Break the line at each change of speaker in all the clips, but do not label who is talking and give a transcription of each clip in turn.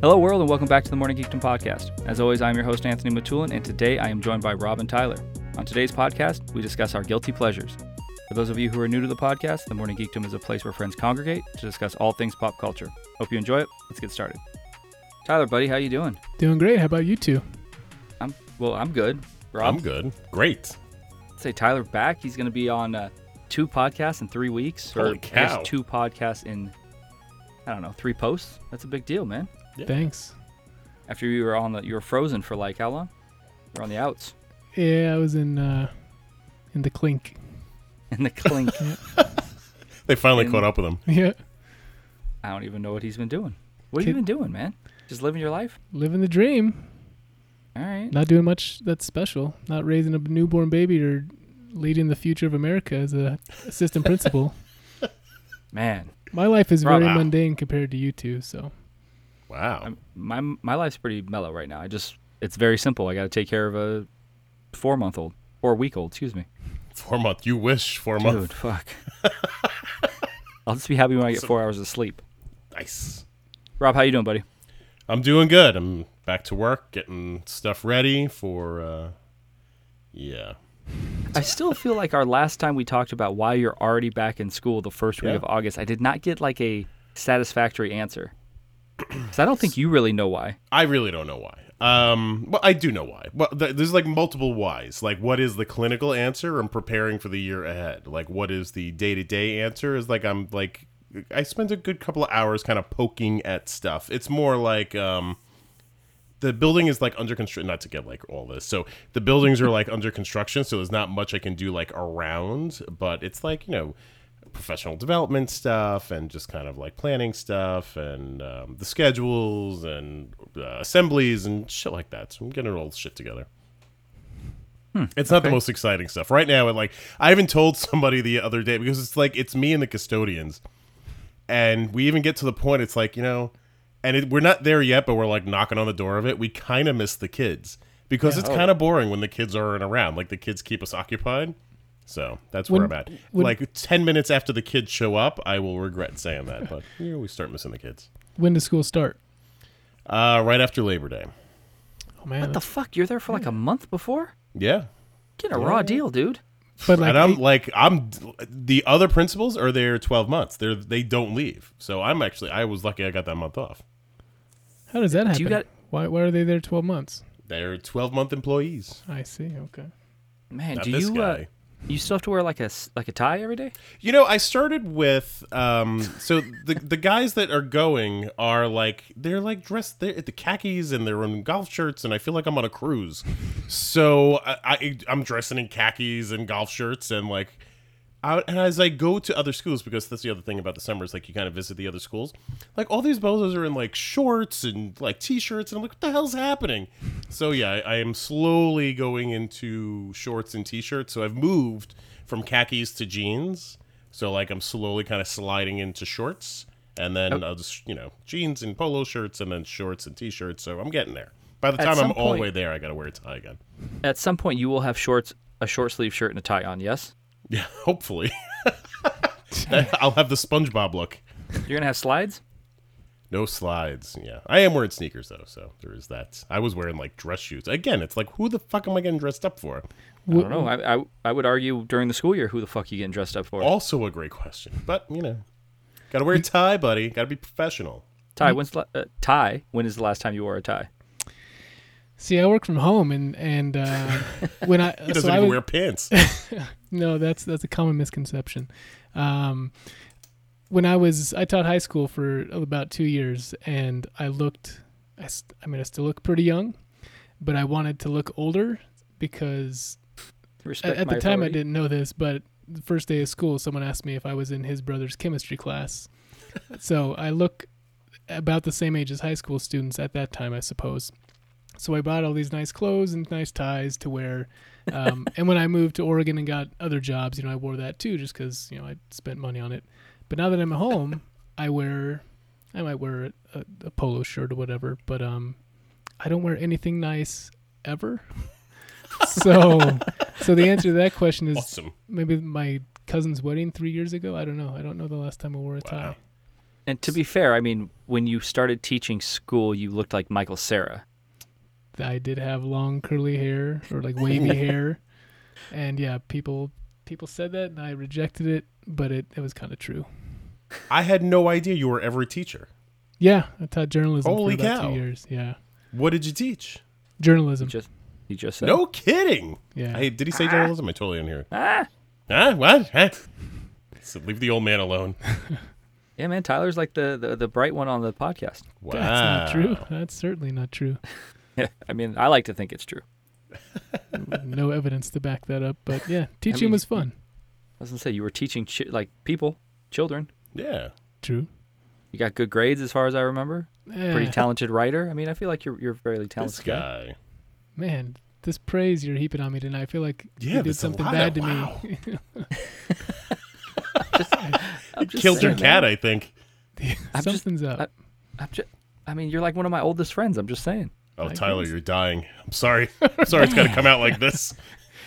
Hello, world, and welcome back to the Morning Geekdom podcast. As always, I'm your host, Anthony Matulin, and today I am joined by Robin Tyler. On today's podcast, we discuss our guilty pleasures. For those of you who are new to the podcast, the Morning Geekdom is a place where friends congregate to discuss all things pop culture. Hope you enjoy it. Let's get started. Tyler, buddy, how you doing?
Doing great. How about you two?
I'm well. I'm good. Rob,
I'm good. Great.
say Tyler back. He's going to be on uh, two podcasts in three weeks, or
Holy
I guess
cow.
two podcasts in I don't know three posts. That's a big deal, man.
Yeah.
Thanks.
After you were on the, you were frozen for like how long? You're on the outs
Yeah, I was in uh in the clink.
in the clink.
They finally
And-
caught up with him.
Yeah.
I don't even know what he's been doing. What have you
Kid-
been doing, man? Just living your life.
Living the dream.
All right.
Not doing much that's special. Not raising a newborn baby or leading the future of America as a assistant principal.
Man,
My life is
Rob,
very
wow.
mundane compared to you two, so
Wow.
I'm, my my life's pretty mellow right now. I just it's very simple. I got to take care of a four month old or week old, excuse me.
four month. You wish four
Dude,
month.
fuck. I'll just be happy when I get four hours of sleep.
Nice.
Rob, how you doing, buddy?
I'm doing good. I'm back to work, getting stuff ready for. uh Yeah.
I still feel like our last time we talked about why you're already back in school the first week
Yeah.
of August, I did not get like a satisfactory answer. Because I don't think you really know why.
I really don't know why. Um, well, I do know why. Well, th- there's like multiple whys. Like, what is the clinical answer? I'm preparing for the year ahead. Like, what is the day to day answer? Is like I'm like I spent a good couple of hours kind of poking at stuff. It's more like um, the building is like under construction. Not to get like all this. So the buildings are like under construction. So there's not much I can do like around. But it's like you know professional development stuff and just kind of like planning stuff and um, the schedules and uh, assemblies and shit like that. So I'm getting all shit together. It's not the most exciting stuff right now. And like I even told somebody the other day because it's like it's me and the custodians, and we even get to the point. It's like you know, and it, we're not there yet, but we're like knocking on the door of it. We kind of miss the kids because
Oh.
it's kind of boring when the kids aren't around. Like the kids keep us occupied. So that's where
When-
I'm at.
when-
like ten minutes after the kids show up, I will regret saying that. But you know, we start missing the kids
when does school start?
uh, right after Labor Day.
Oh man.
What the
that's-
fuck? You're there for like a month before?
Yeah,
Get a raw deal, dude.
but like
and I'm
eight-
like I'm the other principals are there 12 months. They're they don't leave. So I'm actually I was lucky I got that month off.
how does that happen?
Do you
why why are they there 12 months?
They're 12 month employees.
I see. Okay.
Man,
Not
do
this
you Uh,
guy.
you still have to wear like a s- like a tie every day?
You know, I started with um so the the guys that are going are like they're like dressed they're at the khakis and they're in golf shirts and I feel like I'm on a cruise. So I, I I'm dressing in khakis and golf shirts and like I, and as I go to other schools, because that's the other thing about the summer is like you kind of visit the other schools, like all these bozos are in like shorts and like t-shirts, and I'm like, what the hell's happening? So yeah, I, I am slowly going into shorts and t-shirts. So I've moved from khakis to jeans. So like I'm slowly kind of sliding into shorts, and then
Oh.
I'll just you know jeans and polo shirts, and then shorts and t-shirts. So I'm getting there. By the
At
time I'm
some
all the
point-
way there, I gotta wear a tie again.
At some point, you will have shorts, a short sleeve shirt, and a tie on. Yes,
Yeah, hopefully. I'll have the SpongeBob look.
you're gonna have slides.
No slides. Yeah. I am wearing sneakers though, so there is that. I was wearing like dress shoes. Again, it's like who the fuck am I getting dressed up for?
I don't know. I, I I would argue during the school year, who the fuck you getting dressed up for?
Also a great question. But, you know, got to wear a tie, buddy. Got to be professional.
Ty, when's la- uh, tie? When is the last time you wore a tie?
See, I work from home and and uh, when I
He
so
doesn't
I
even
was-
wear pants.
No, that's that's a common misconception. Um, when I was, I taught high school for about two years, and I looked, I, st- I mean, I still look pretty young, but I wanted to look older because at,
Respect
at
my
the time I
authority.
didn't know this, but the first day of school, someone asked me if I was in his brother's chemistry class. so I look about the same age as high school students at that time, I suppose. So I bought all these nice clothes and nice ties to wear. Um, and when I moved to Oregon and got other jobs, you know, I wore that too, just because you know I spent money on it. But now that I'm at home, I wear, I might wear a, a polo shirt or whatever, but um, I don't wear anything nice ever. so, so the answer to that question is
awesome.
maybe my cousin's wedding three years ago. I don't know. I don't know the last time I wore a tie.
And to be fair, I mean, when you started teaching school, you looked like Michael Sarah.
I did have long curly hair or like wavy hair, and yeah, people people said that, and I rejected it, but it, it was kind of true.
I had no idea you were ever a teacher.
Yeah, I taught journalism
Holy
for about
cow.
two years. Yeah,
What did you teach?
journalism.
Just you just said
No kidding.
Yeah. Ah.
I, did he say journalism? I totally didn't hear it.
Ah,
Huh? What? Huh? So leave the old man alone.
yeah, man. Tyler's like the, the the bright one on the podcast.
Wow.
That's not true. That's certainly not true.
I mean, I like to think it's true.
no evidence to back that up, but yeah, teaching
mean-
was fun.
I was gonna say you were teaching chi- like people, children.
Yeah.
True.
You got good grades, as far as I remember. Pretty
Eh,
talented writer. I mean, I feel like you're you're a fairly talented
This guy.
Man, this praise you're heaping on me tonight, I feel like
Yeah,
you did
that's a
something
lot.
bad to
Wow.
me.
I'm just
Killed your
saying,
cat,
man.
I think.
I'm just-
Something's up.
I'm ju- I mean, you're like one of my oldest friends. I'm just saying.
Oh,
I
Tyler,
guess.
you're dying. I'm sorry. I'm sorry it's got to come out like this.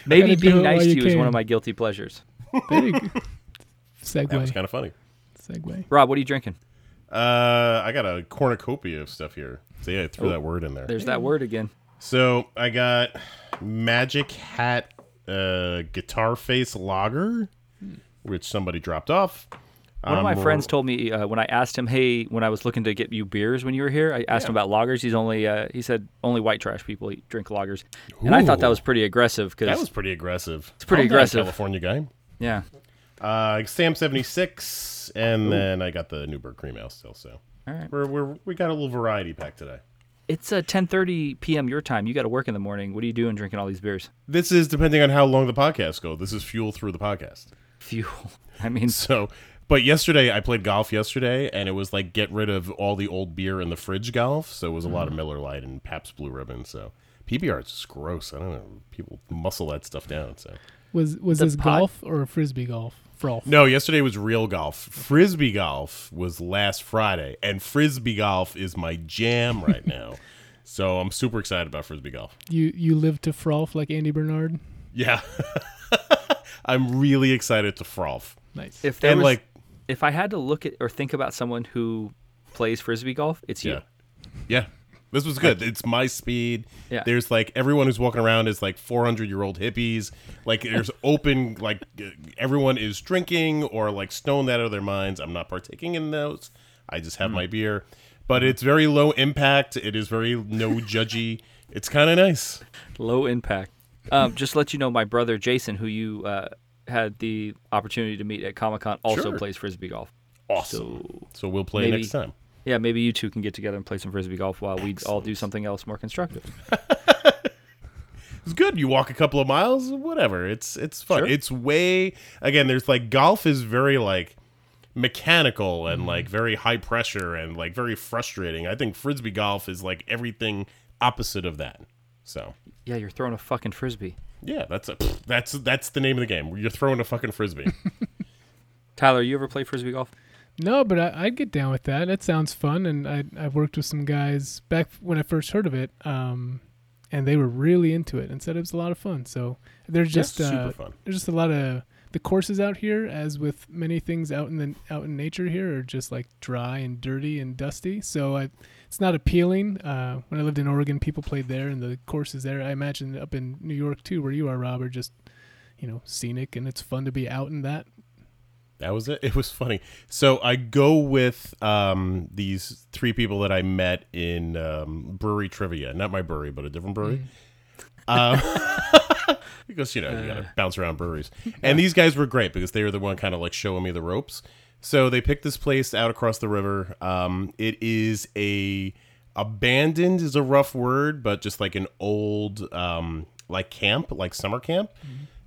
Maybe
gotta do
being
it while
nice to
you
you is one
can.
of my guilty pleasures.
there you go.
That was
Segway.
kind of funny.
Segway.
Rob, what are you drinking?
Uh, I got a cornucopia of stuff here. So yeah, I threw
Oh.
that word in there.
There's that word again.
So I got Magic Hat uh, Guitar Face Lager, which somebody dropped off.
Hmm.
Um,
One of my friends told me uh, when I asked him, "Hey, when I was looking to get you beers when you were here, I asked him about lagers. He's only uh, he said only white trash people eat, drink lagers, and I thought that
Ooh.
was pretty aggressive
that
because
was pretty aggressive. It's
pretty aggressive.
California guy.
yeah,
Uh, Sam seventy six, and then I got the Newberg Cream Ale still. So
all right.
we're, we're we got a little variety pack today.
It's uh, 10:30 p.m. your time. You got to work in the morning. What are you doing drinking all these beers?
This is depending on how long the podcast go. This is fuel through the podcast.
Fuel. I mean,
So, but yesterday I played golf yesterday, and it was like get rid of all the old beer in the fridge golf. So it was a
Mm.
lot of Miller Lite and Pabst Blue Ribbon. So PBR is just gross. I don't know. People muscle that stuff down. So
Was was
The
this
pot-
golf or frisbee golf? Frolf.
no, yesterday was real golf. Frisbee golf was last Friday, and frisbee golf is my jam right now. so I'm super excited about frisbee golf.
You you live to frolf like Andy Bernard.
Yeah, I'm really excited to frolf.
Nice.
if there
and
was,
like,
if I had to look at or think about someone who plays frisbee golf, it's you.
Yeah. Yeah. This was good. It's my speed.
Yeah.
There's like everyone who's walking around is like 400 year old hippies. Like there's open, like uh, everyone is drinking or like stoned out of their minds. I'm not partaking in those. I just have
Hmm.
my beer. But it's very low impact. It is very no judgy. It's kind of nice.
Low impact. Um, just to let you know, my brother Jason, who you uh, had the opportunity to meet at Comic Con, also
Sure.
plays frisbee golf.
Awesome.
So-
So, we'll play
Maybe-
next time.
Yeah, maybe you two can get together and play some frisbee golf while we all do something else more constructive.
it's good. You walk a couple of miles, whatever. It's it's fun.
Sure.
It's way again. There's like golf is very like mechanical
Mm-hmm.
and like very high pressure and like very frustrating. I think frisbee golf is like everything opposite of that. So
Yeah, you're throwing a fucking frisbee.
yeah, that's a pfft, that's that's the name of the game. You're throwing a fucking frisbee.
Tyler, you ever play frisbee golf?
No, but I, I'd get down with that. That sounds fun, and I I worked with some guys back when I first heard of it, um, and they were really into it and said it was a lot of fun. So there's just
super
uh,
fun.
there's just a lot of the courses out here, as with many things out in the out in nature here, are just like dry and dirty and dusty. So I, it's not appealing. Uh, when I lived in Oregon, people played there, and the courses there. I imagine up in New York too, where you are, Rob, are just you know scenic, and it's fun to be out in that.
That was it. It was funny. So I go with um, these three people that I met in um, brewery trivia. Not my brewery, but a different brewery.
Mm-hmm.
Um, because you know you gotta bounce around breweries. And these guys were great because they were the one kind of like showing me the ropes. So they picked this place out across the river. Um, it is a abandoned is a rough word, but just like an old um, like camp, like summer camp.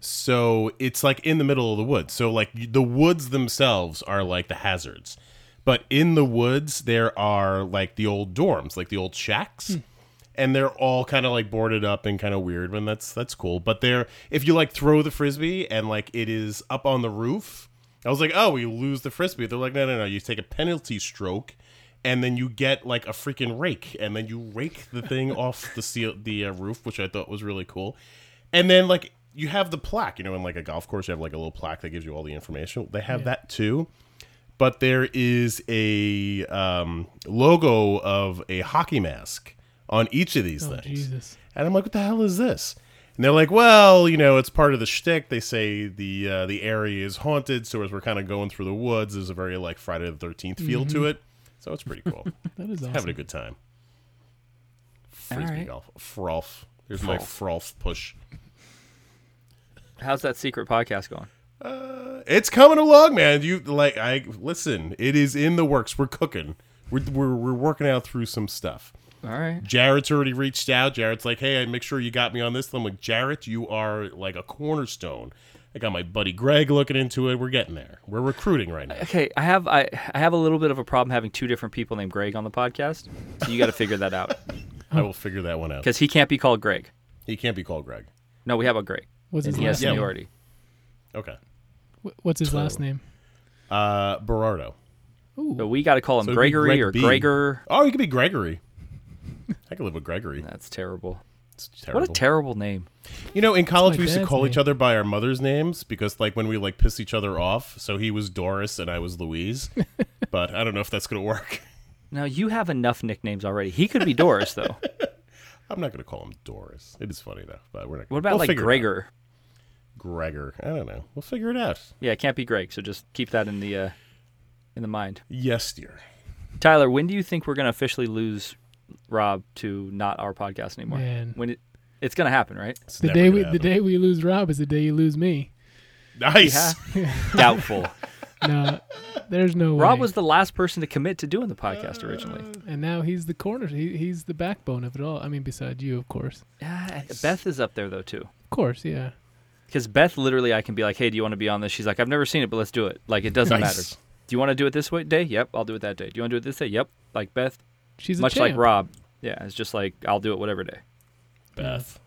So it's like in the middle of the woods. So like y- the woods themselves are like the hazards. But in the woods there are like the old dorms, like the old shacks. And they're all kind of like boarded up and kind of weird, and that's that's cool. But they're if you like throw the frisbee and like it is up on the roof, I was like, oh, we lose the frisbee. They're like, no, no, no. You take a penalty stroke, and then you get like a freaking rake, and then you rake the thing off the seal the uh, roof, which I thought was really cool. And then like you have the plaque, you know, in like a golf course, you have like a little plaque that gives you all the information. They have that too. but there is a um, logo of a hockey mask on each of these
Oh,
things.
Jesus.
And I'm like, what the hell is this? And they're like, well, you know, it's part of the shtick. They say the uh, the area is haunted, so as we're kind of going through the woods, there's a very like Friday the Thirteenth feel to it. So it's pretty cool.
That is Mm-hmm. awesome.
Having a good time. Frisbee
Alright.
golf, frolf. There's my frolf push.
How's that secret podcast going?
Uh, it's coming along, man. You like I listen. It is in the works. We're cooking. We're we're, we're working out through some stuff.
All right.
Jarrett's already reached out. Jarrett's like, hey, I make sure you got me on this. I'm like, Jarrett, you are like a cornerstone. I got my buddy Greg looking into it. We're getting there. We're recruiting right now.
Okay, I have I, I have a little bit of a problem having two different people named Greg on the podcast. So you got to figure that out
I will figure that one out.
because he can't be called Greg.
He can't be called Greg.
No, we have a Greg.
What's his
He has
last name?
seniority.
Okay.
Wh- What's his last name?
Uh, Berardo.
So we got to call him
So it'd be
Gregory
Greg
or
B.
Gregor.
Oh, he could be Gregory. I could live with Gregory.
That's terrible.
It's terrible.
What a terrible name.
you know, in college
my
we used to
dad's
call each
name.
other by our mothers' names because, like, when we like piss each other off. So he was Doris and I was Louise. but I don't know if that's gonna work.
Now you have enough nicknames already. He could be Doris though.
I'm not gonna call him Doris. It is funny though, but we're not.
What about
we'll
like
figure it out.
Gregor?
Gregor. I don't know. We'll figure it out.
Yeah, it can't be Greg. So just keep that in the uh, in the mind.
Yes, dear.
Tyler, when do you think we're gonna officially lose Rob to not our podcast anymore?
Man.
When it, it's gonna happen, right?
It's
The
never
day
gonna
we the
happen.
day we lose Rob is the day you lose me.
Yeah.
Nice.
Doubtful.
No, there's no
Rob
way.
was the last person to commit to doing the podcast
Uh.
originally.
and now he's the corner. He, he's the backbone of it all. I mean, beside you, of course.
Yeah, Beth is up there though too.
Of course, yeah.
Because Beth, literally, I can be like, "Hey, do you want to be on this?" She's like, "I've never seen it, but let's do it." Like, it doesn't
Nice.
matter. Do you want to do it this way day? Yep, I'll do it that day. Do you want to do it this day? Yep. Like Beth,
She's a
much like
champ.
Rob. Yeah, it's just like I'll do it whatever day.
Beth.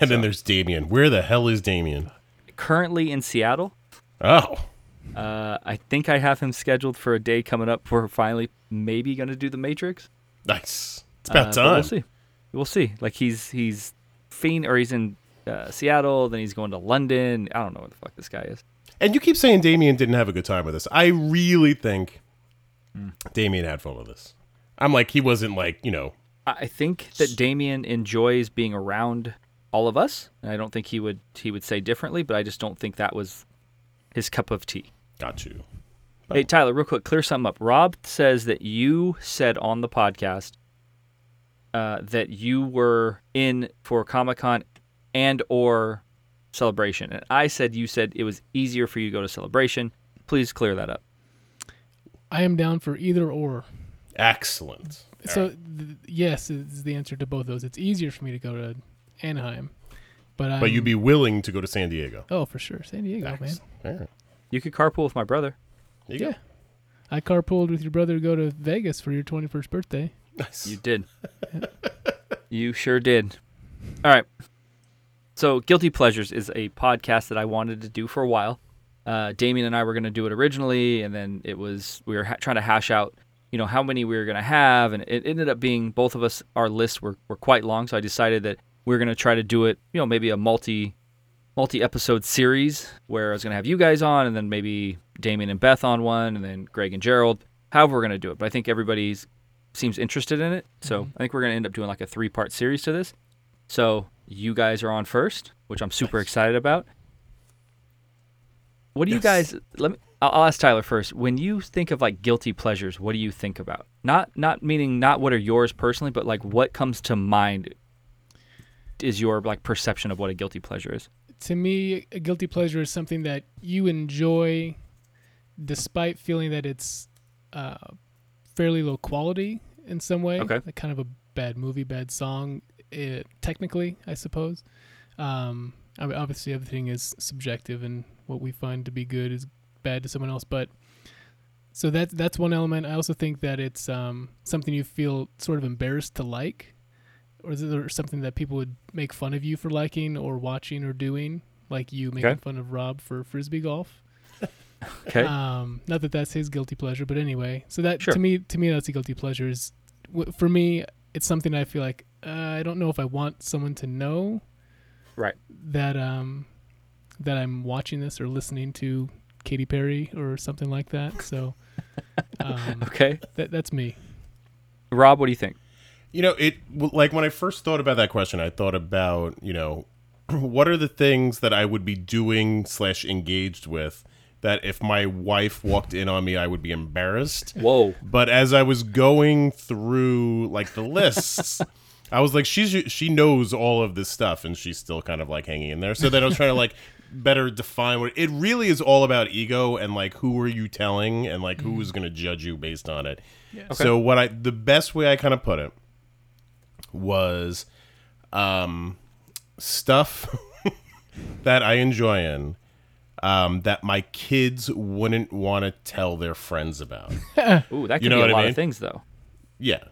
And then there's Damien. Where the hell is Damien?
Currently in Seattle,
Oh.
uh, I think I have him scheduled for a day coming up. Where we're finally maybe going to do the Matrix.
Nice. It's
Uh,
about
but We'll
time.
see. We'll see. Like he's he's fiend or he's in uh, Seattle, then he's going to London. I don't know what the fuck this guy is.
and you keep saying Damien didn't have a good time with us. I really think Damien had fun with us. I'm like, he wasn't like, you know,
I I think that Damien enjoys being around all of us, and I don't think he would he would say differently, but I just don't think that was his cup of tea.
got you.
Hey Tyler, real quick, clear something up. Rob says that you said on the podcast uh, that you were in for Comic Con and or Celebration, and I said you said it was easier for you to go to Celebration. Please clear that up.
I am down for either or.
Excellent.
so th- yes is the answer to both those. It's easier for me to go to Anaheim, but i
But you'd be willing to go to San Diego.
oh for sure San Diego man.
Excellent. All right.
You could carpool with my brother.
There you
Yeah,
go.
I carpooled with your brother to go to Vegas for your 21st birthday.
Nice.
You did. you sure did. All right. So, Guilty Pleasures is a podcast that I wanted to do for a while. Uh, Damien and I were going to do it originally, and then it was we were ha- trying to hash out, you know, how many we were going to have, and it ended up being both of us. Our lists were, were quite long, so I decided that we were going to try to do it, you know, maybe a multi multi episode series where I was going to have you guys on, and then maybe Damien and Beth on one, and then Greg and Gerald. However, we're going to do it, but I think everybody's seems interested in it. So I think we're going to end up doing like a three part series to this. So you guys are on first, which I'm super excited about. What do you
Yes.
guys? Let me. I'll, I'll ask Tyler first. When you think of like guilty pleasures, what do you think about? Not not meaning not what are yours personally, but like what comes to mind is your like perception of what a guilty pleasure is.
To me, a guilty pleasure is something that you enjoy, despite feeling that it's uh, fairly low quality in some way.
Okay.
like kind of a bad movie, bad song. eh, technically, I suppose. Um, I mean, obviously, everything is subjective, and what we find to be good is bad to someone else. But so that's that's one element. I also think that it's um, something you feel sort of embarrassed to like, or is there something that people would make fun of you for liking or watching or doing, like you making
Okay.
fun of Rob for frisbee golf.
Okay.
Um, not that that's his guilty pleasure, but anyway. So that
Sure.
to me, to me, that's a guilty pleasure. Is w- for me, it's something I feel like uh, I don't know if I want someone to know
Right.
that um that I'm watching this or listening to Katy Perry or something like that. So um,
Okay.
that, that's me.
Rob, what do you think?
You know, it like when I first thought about that question, I thought about you know, what are the things that I would be doing slash engaged with that if my wife walked in on me, I would be embarrassed.
Whoa.
But as I was going through like the lists, I was like, she's she knows all of this stuff, and she's still kind of like hanging in there. So then I was trying to like better define what it really is all about ego and like who are you telling and like who is going to judge you based on it. So what I the best way I kind of put it was um stuff that I enjoy in um that my kids wouldn't want to tell their friends about.
Ooh, that could
know
be a
what I
lot
mean?
of things, though.
Yeah.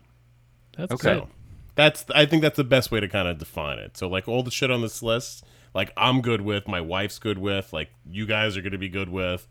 That's
Okay.
good.
So that's I think that's the best way to kind of define it. So like all the shit on this list, like I'm good with, my wife's good with, like you guys are going to be good with,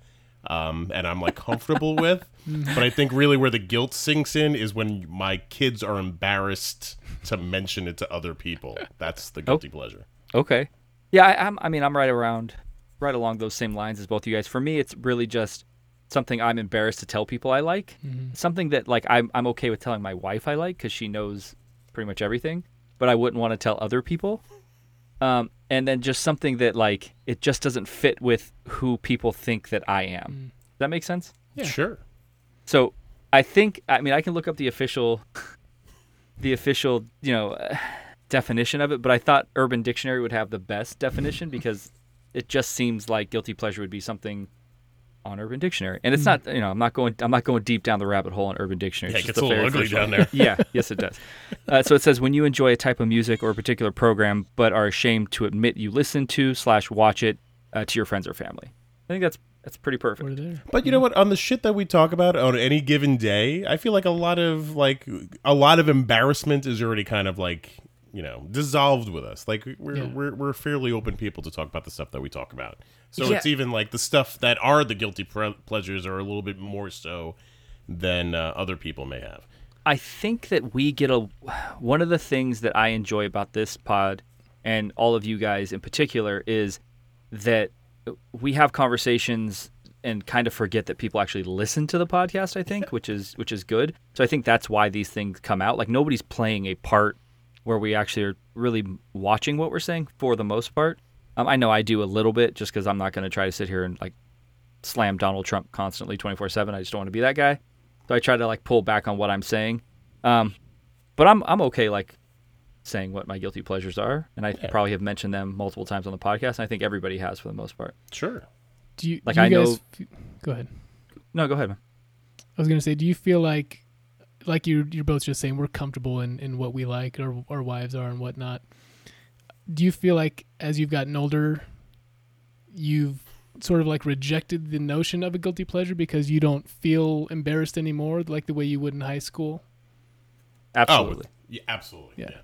um, and I'm like comfortable with. But I think really where the guilt sinks in is when my kids are embarrassed to mention it to other people. That's the guilty pleasure.
Okay. Yeah, I, I'm. I mean, I'm right around, right along those same lines as both you guys. For me, it's really just something I'm embarrassed to tell people I like. Something that like I'm I'm okay with telling my wife I like because she knows pretty much everything, but I wouldn't want to tell other people. Um, and then just something that like it just doesn't fit with who people think that I am. Does that make sense?
Yeah.
Sure.
So I think I mean I can look up the official the official, you know, uh, definition of it, but I thought Urban Dictionary would have the best definition because it just seems like guilty pleasure would be something on Urban Dictionary. And it's not, you know, I'm not going I'm not going deep down the rabbit hole on Urban Dictionary.
Hmm. Yeah, it
It's
gets
just
a
the
little
very
ugly
first one.
down there.
Yeah, yes it does. Uh, so it says when you enjoy a type of music or a particular program but are ashamed to admit you listen to slash watch it uh, to your friends or family. I think that's that's pretty perfect.
We're there.
But you know what? On the shit that we talk about on any given day, I feel like a lot of like a lot of embarrassment is already kind of like you know dissolved with us. Like we're
Yeah.
we're, we're fairly open people to talk about the stuff that we talk about. So
Yeah.
it's even like the stuff that are the guilty pre- pleasures are a little bit more so than uh, other people may have.
I think that we get a one of the things that I enjoy about this pod and all of you guys in particular is that we have conversations and kind of forget that people actually listen to the podcast I think which is which is good. So I think that's why these things come out. Like nobody's playing a part where we actually are really watching what we're saying for the most part. Um, I know I do a little bit just cuz I'm not going to try to sit here and like slam Donald Trump constantly 24 7. I just don't want to be that guy. So I try to like pull back on what I'm saying. Um, but I'm, I'm okay like saying what my guilty pleasures are. And I probably have mentioned them multiple times on the podcast. And I think everybody has for the most part.
Sure.
Do you,
Like,
do you
I know-
guys, f- Go ahead.
No, go ahead, man.
I was gonna say, do you feel like, like you're you're both just saying we're comfortable in in what we like or our wives are and whatnot. Do you feel like as you've gotten older, you've sort of like rejected the notion of a guilty pleasure because you don't feel embarrassed anymore, like the way you would in high school?
Absolutely.
Oh, yeah, absolutely.
Yeah.
Yeah.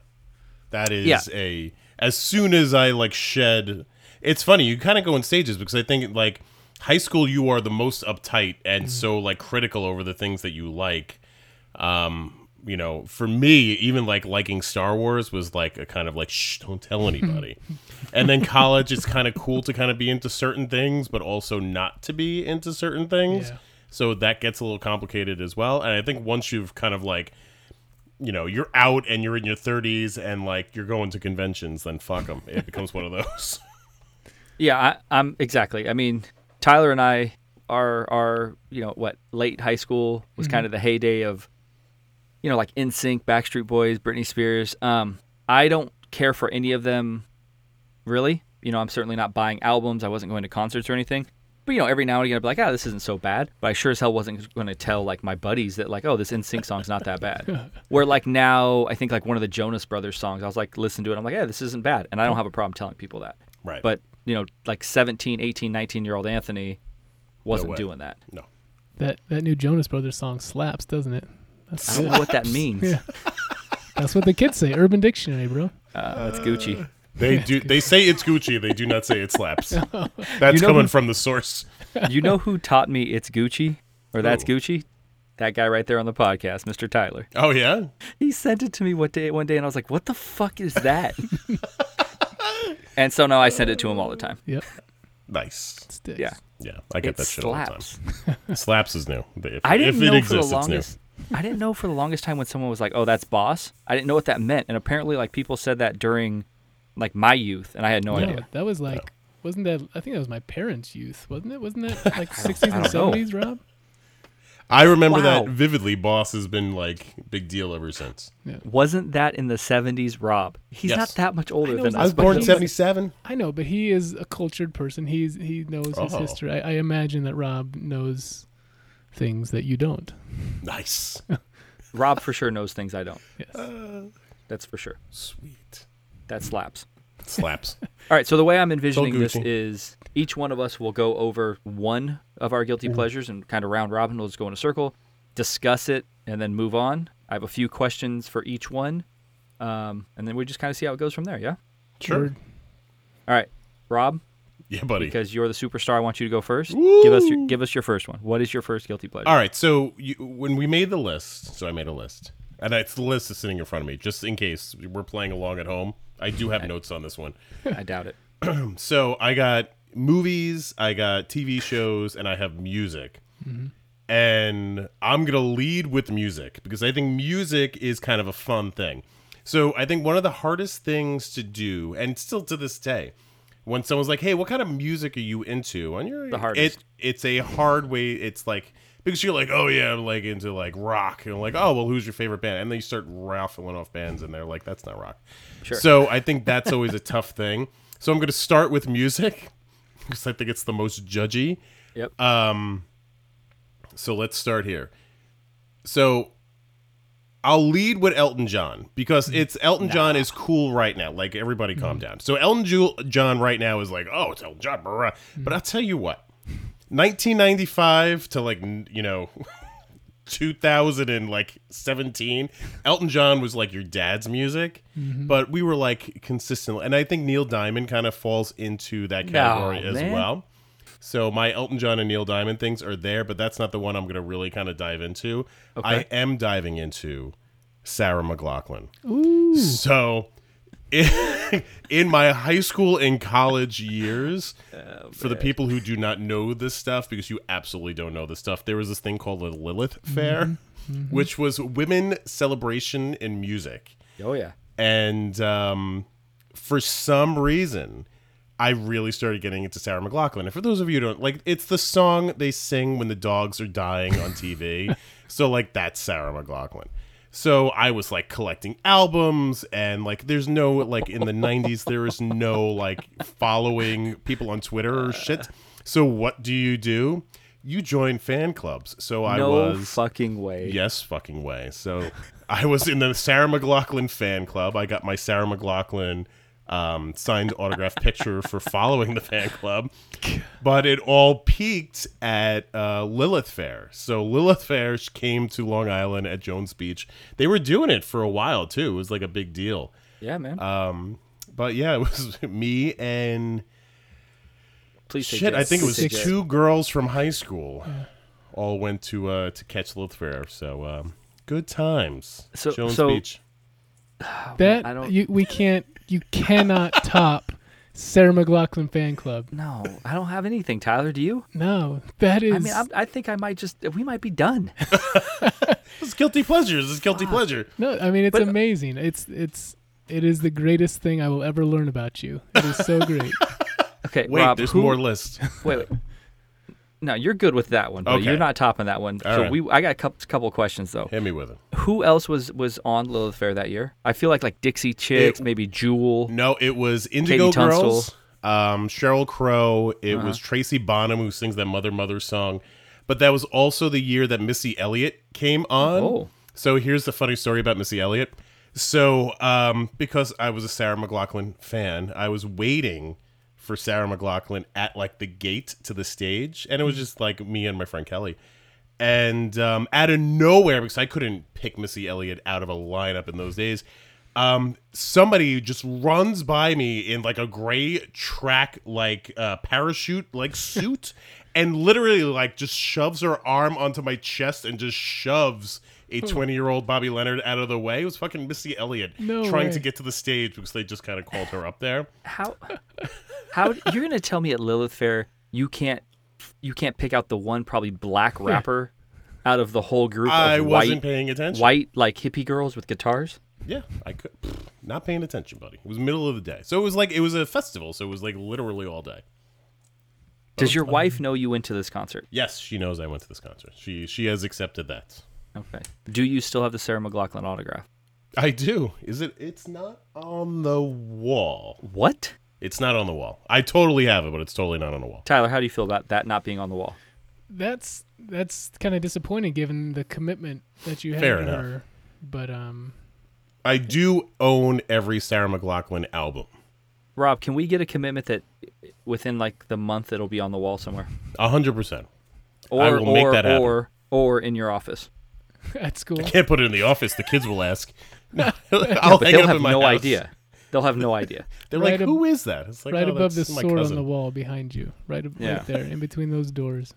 That is
Yeah.
a as soon as I like shed it's funny, you kind of go in stages because I think like high school you are the most uptight and
Mm-hmm.
so like critical over the things that you like. Um you know, for me, even like liking Star Wars was like a kind of like, shh, don't tell anybody. and then college, it's kind of cool to kind of be into certain things, but also not to be into certain things.
Yeah.
So that gets a little complicated as well. And I think once you've kind of like you know you're out and you're in your 30s and like you're going to conventions then fuck them it becomes one of those
Yeah, I, I'm exactly. I mean, Tyler and I are are you know what late high school was kind of the heyday of, you know, like In Sync, Backstreet Boys, Britney Spears. Um, I don't care for any of them, really. You know, I'm certainly not buying albums. I wasn't going to concerts or anything. But you know, every now and again, I'd be like, "Ah, this isn't so bad." But I sure as hell wasn't going to tell like my buddies that like, "Oh, this In Sync song's not that bad." Where like now, I think like one of the Jonas Brothers songs, I was like, listen to it. I'm like, "Yeah, this isn't bad," and I don't have a problem telling people that
right
but you know like 17 18 19 year old anthony wasn't
way.
doing that
no
That that new Jonas Brothers song slaps, doesn't it?
i
That's
don't know what that means
Yeah. that's what the kids say. Urban Dictionary, bro.
uh, that's gucci
they do they say it's gucci they do not say it slaps that's
You know
coming
who-
from the source
you know who taught me it's gucci or that's
Who?
gucci that guy right there on the podcast mr tyler
oh yeah
he sent it to me what day one day and i was like what the fuck is that and so now i send it to him all the time
Yep.
nice
Sticks.
yeah
Yeah, I get
it
that shit all the time.
slaps.
Slaps is new. If,
I didn't
if it
know for
exists,
the
it's new.
longest. I didn't know for the longest time when someone was like, "Oh, that's boss." I didn't know what that meant, and apparently, like people said that during, like my youth, and I had no
No,
idea.
that was like, wasn't that? I think that was my parents' youth, wasn't it? Wasn't that like sixties and
I don't know.
seventies, Rob?
I remember that
Wow.
vividly. Boss has been like big deal ever since.
Wasn't that in the '70s, Rob? He's
Yes.
not that much
I
older
know
than
it
us.
was
but
born in
he's-
77.
I know, but he is a cultured person. He's he knows his
Oh.
history. I, I imagine that Rob knows things that you don't.
Nice.
Rob for sure knows things I don't.
Yes.
Uh.
That's for sure.
Sweet.
That slaps.
Slaps.
All right. So the way I'm envisioning this
Gucci.
is each one of us will go over one of our guilty pleasures and kind of round robin. We'll just go in a circle, discuss it, and then move on. I have a few questions for each one, um, and then we just kind of see how it goes from there. Yeah.
Sure.
Word.
All right, Rob,
Yeah, buddy.
because you're the superstar, I want you to go first. Give us your give us your first one. What is your first guilty pleasure?
All right. So you, when we made the list, so I made a list, and it's the list is sitting in front of me, just in case we're playing along at home. I do have notes on this one.
I doubt it.
Um, So I got movies, I got TV shows, and I have music. And I'm going to lead with music because I think music is kind of a fun thing. So I think one of the hardest things to do, and still to this day, when someone's like, "Hey, what kind of music are you into?" and you're
The hardest.
It, it's a hard way. It's like because you're like, "Oh yeah, I'm like into like rock," and like, "Oh well, who's your favorite band?" And then you start raffling off bands, and they're like, "That's not rock."
Sure.
So I think that's always a tough thing. So I'm going to start with music because I think it's the most judgy.
Yep.
Um, so let's start here. So I'll lead with Elton John because it's Elton John is cool right now. Like everybody, calm down. So Elton Ju- John right now is like, oh, it's Elton John, blah, blah. but I'll tell you what, 1995 to like n- you know. 2000 and like 17 elton john was like your dad's music but we were like consistently and i think neil diamond kind of falls into that category as
man.
well so my Elton John and Neil Diamond things are there, but that's not the one I'm going to really kind of dive into. I am diving into Sarah McLaughlin. Ooh. So in, in my high school and college years, for the people who do not know this stuff, because you absolutely don't know this stuff, there was this thing called the Lilith Fair, which was women celebration in music
oh yeah.
and um, for some reason i really started getting into sarah mclaughlin and for those of you who don't like it's the song they sing when the dogs are dying on tv so like that's sarah mclaughlin so i was like collecting albums and like there's no like in the 90s there is no like following people on twitter or shit so what do you do you join fan clubs so i
no
was
fucking way.
Yes, fucking way. So I was in the Sarah McLaughlin fan club. I got my Sarah McLaughlin um, signed autograph picture for following the fan club, but it all peaked at uh, Lilith Fair. So Lilith Fair sh- came to Long Island at Jones Beach. They were doing it for a while too. It was like a big deal.
Yeah, man.
Um, but yeah, it was me and
Please say
shit.
Jay.
I think it was
Please say Jay.
two girls from high school all went to uh, to catch Lilith Fair. So um, good times.
So-
Jones
so-
Beach.
That
Oh, I don't-
you we can't you cannot top Sarah McLaughlin fan club.
No, I don't have anything. Tyler, do you?
No, that is
I mean, I'm, I think I might just we might be done.
It's guilty pleasures. It's guilty pleasure.
no. I mean, it's
But-
amazing. It's it's it is the greatest thing I will ever learn about you. It is so great.
Okay,
Wait,
Rob,
there's
who-
more list.
Wait, wait. No, you're good with that one, but
Okay.
you're not topping that one.
All
so
right.
we, I got a couple, couple questions though.
Hit me with it.
Who else was was on Lilith Fair that year? I feel like like Dixie Chicks, maybe Jewel.
No, it was Indigo
Tunstall.
Girls. Um, Cheryl Crow. It was Tracy Bonham who sings that Mother Mother song. But that was also the year that Missy Elliott came on.
Oh.
So here's the funny story about Missy Elliott. So um, because I was a Sarah McLaughlin fan, I was waiting for Sarah McLaughlin at like the gate to the stage, and it was just like me and my friend Kelly. And um, out of nowhere, because I couldn't pick Missy Elliott out of a lineup in those days, um, somebody just runs by me in like a gray track, like uh, parachute, like suit, and literally like just shoves her arm onto my chest and just shoves a 20 year old Bobby Leonard out of the way. It was fucking Missy Elliott
No
trying to
way.
get to the stage because they just kind of called her up there.
How? How you're gonna tell me at Lilith Fair you can't you can't pick out the one probably black rapper out of the whole group
I
of
wasn't
white
paying attention.
white like hippie girls with guitars.
Yeah, I could pfft, not paying attention, buddy. It was middle of the day, so it was like it was a festival, so it was like literally all day.
Does your wife know you went to this concert?
Yes, she knows I went to this concert. She she has accepted that.
Okay. Do you still have the Sarah McLaughlin autograph?
I do. Is it? It's not on the wall.
What?
It's not on the wall. I totally have it, but it's totally not on the wall.
Tyler, how do you feel about that not being on the wall?
That's that's kind of disappointing given the commitment that you had
Fair
to
enough.
her. But um,
I do own every Sarah McLaughlin album.
Rob, can we get a commitment that within like the month it'll be on the wall somewhere?
A hundred percent.
Or
I will make
or
that happen.
or or in your office.
at school,
Can't put it in the office. The kids will ask. I'll
But
hang it
they'll
up
have
in my
no
house.
idea. They'll have no idea.
They're
Right
like,
ab-
"Who is that?" It's like
right
"Oh,
above the
that's my
sword on
cousin.
the wall behind you, right, ab-
Yeah.
right there, in between those doors.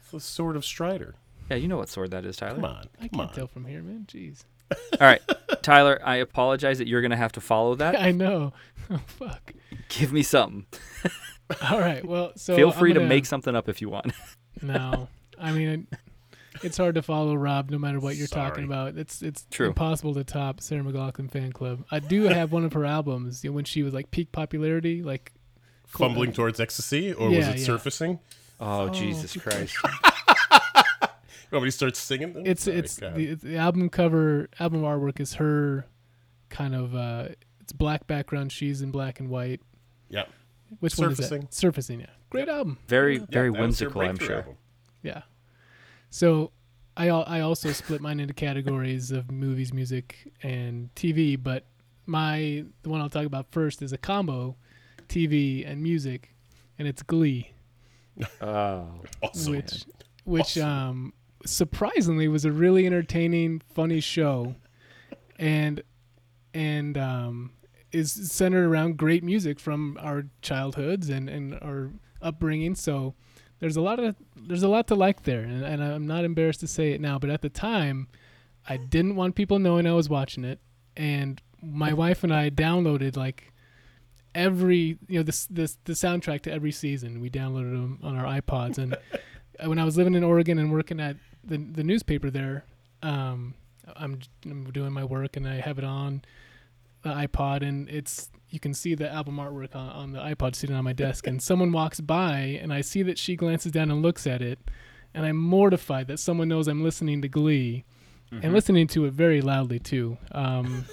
It's the sword of Strider.
Yeah, you know what sword that is, Tyler.
Come on,
I
come
can't
on.
tell from here, man. Jeez,
All right, Tyler, I apologize that you're going to have to follow that.
I know. Oh fuck.
Give me something.
All right. Well, so
Feel
I'm
free to
gonna-
make something up if you want.
No, I mean, it's hard to follow Rob no matter what you're
Sorry.
talking about. It's it's
True.
impossible to top Sarah McLaughlin fan club. I do have one of her albums you know, when she was like peak popularity, like
Fumbling towards ecstasy, or was
Yeah,
it
yeah.
surfacing? You
Oh, Jesus Christ.
want me to start singing? uh, them?
It's
Sorry,
it's
go ahead.
the, the album cover album artwork is her kind of uh it's black background. She's in black and white.
yeah.
Which one is
Surfacing.
that? Surfacing. Yeah, great album.
Very,
Yeah,
very
that was their
whimsical, I'm
breakthrough
sure.
album.
Yeah. So I al- I also split mine into categories of movies, music, and TV, but my the one I'll talk about first is a combo TV and music and it's Glee,
Oh,
Awesome.
which which um surprisingly was a really entertaining, funny show and and um is centered around great music from our childhoods and and our upbringing, so there's a lot of there's a lot to like there and, and i'm not embarrassed to say it now but at the time i didn't want people knowing i was watching it and my wife and i downloaded like every you know this this the soundtrack to every season we downloaded them on our ipods and uh, when i was living in oregon and working at the, the newspaper there um I'm, I'm doing my work and i have it on the ipod and it's you can see the album artwork on, on the ipod sitting on my desk and someone walks by and i see that she glances down and looks at it and i'm mortified that someone knows i'm listening to glee and listening to it very loudly too um,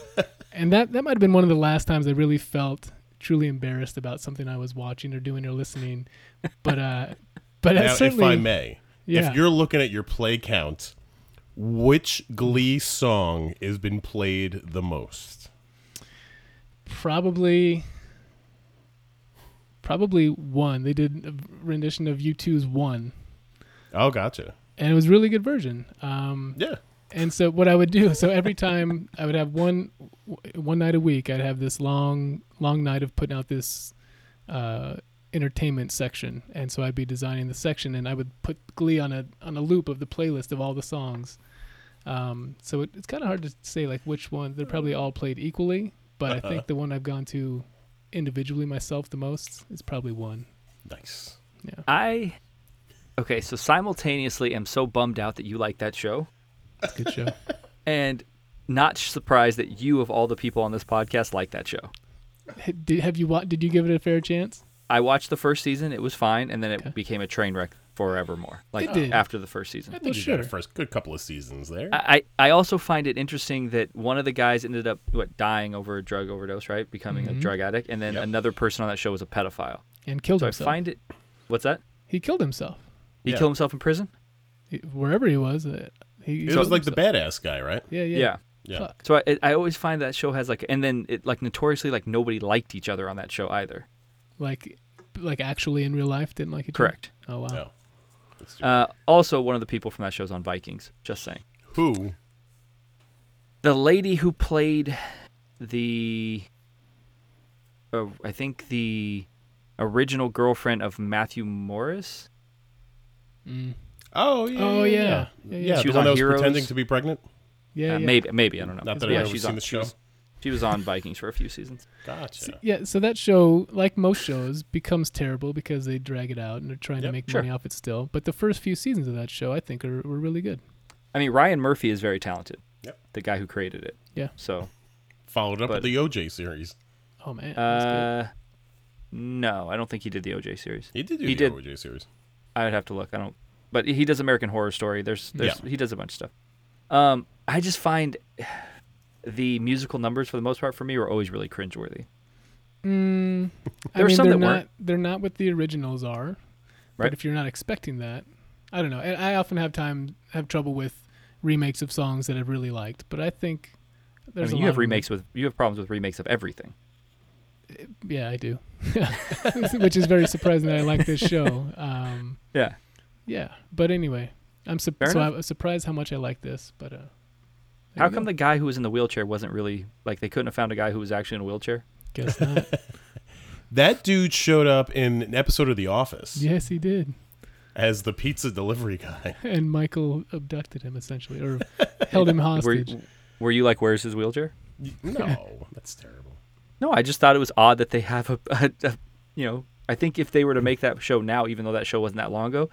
and that that might have been one of the last times i really felt truly embarrassed about something i was watching or doing or listening but uh but I
Now, if
certainly
I may,
Yeah.
if you're looking at your play count, which Glee song has been played the most?
probably probably one they did a rendition of u2's one
Oh, gotcha.
and it was a really good version um
Yeah.
and so what I would do, so every time I would have one w- one night a week, I'd have this long long night of putting out this uh, entertainment section, and so I'd be designing the section, and I would put Glee on a on a loop of the playlist of all the songs. Um, so it, it's kind of hard to say like which one. They're probably all played equally, but I think the one I've gone to individually myself the most is probably one.
Nice.
I. Okay, so simultaneously, I'm so bummed out that you like that show,
It's a good show.
and not surprised that you, of all the people on this podcast, like that show.
Had- did, have you wa- Did you give it a fair chance?
I watched the first season; it was fine, and then it
Okay.
became a train wreck forevermore. Like
It did.
after the first season,
Well,
you
sure. Uh,
got a first good couple of seasons there.
I, I I also find it interesting that one of the guys ended up what dying over a drug overdose, right? Becoming
Mm-hmm.
a drug addict, and then
Yep.
another person on that show was a pedophile.
And killed
So I
himself.
find it. What's that?
he killed himself.
He
Yeah.
killed himself in prison.
he- wherever he was. Uh, he,
it was like the badass guy, right?
yeah, yeah,
Yeah.
Yeah.
Fuck.
So I it, I always find that show has like, and then it like notoriously like nobody liked each other on that show either.
Mm-hmm. Like, like actually in real life, didn't like it.
Correct.
Oh wow.
No. Let's do it.
Uh, also, one of the people from that show's on Vikings. Just saying.
Who?
The lady who played the, uh, I think the original girlfriend of Matthew Morris.
Mm.
Oh yeah.
Oh,
yeah.
yeah.
Yeah,
Yeah, yeah.
She
the
was
one
on
that was
Heroes.
pretending to be pregnant.
Yeah,
Uh,
yeah.
Maybe, maybe I don't know.
Not that
yeah,
I've ever
she's
seen
on-
the
she
show.
was- She was on Vikings for a few seasons.
Gotcha.
Yeah, so that show, like most shows, becomes terrible because they drag it out and they're trying to
Yep,
make
sure.
money off it still. But the first few seasons of that show, I think, are were really good.
I mean, Ryan Murphy is very talented.
Yep.
The guy who created it.
Yeah.
So,
Followed up
But-
with the OJ series.
Oh man, that's good.
uh, no, I don't think he did the OJ series.
He did do
He
the
did.
OJ series.
I would have to look. I don't. But he does American Horror Story. There's, there's
Yeah.
he does a bunch of stuff. Um, I just find the musical numbers for the most part for me were always really cringeworthy.
Mm, I
There were
mean,
some
they're
that
not
weren't.
they're not what the originals are.
Right.
But if you're not expecting that, I don't know. And I often have time have trouble with remakes of songs that I've really liked, but I think
I
there's
mean,
a
you
lot
have
of them-
remakes with you have problems with remakes of everything.
Yeah, I do. Which is very surprising that I like this show. Um,
Yeah.
yeah, but anyway, I'm sup-
Fair
so
enough.
I'm surprised how much I like this, but uh, there
How
you
come
go.
the guy who was in the wheelchair wasn't really like they couldn't have found a guy who was actually in a wheelchair?
guess not?
That dude showed up in an episode of The Office
yes, he did.
as the pizza delivery guy.
And Michael abducted him essentially, or held him
Were,
hostage.
you- were you like, where's his wheelchair?
No, that's terrible.
No, I just thought it was odd that they have a, a, a- you know, I think if they were to make that show now, even though that show wasn't that long ago,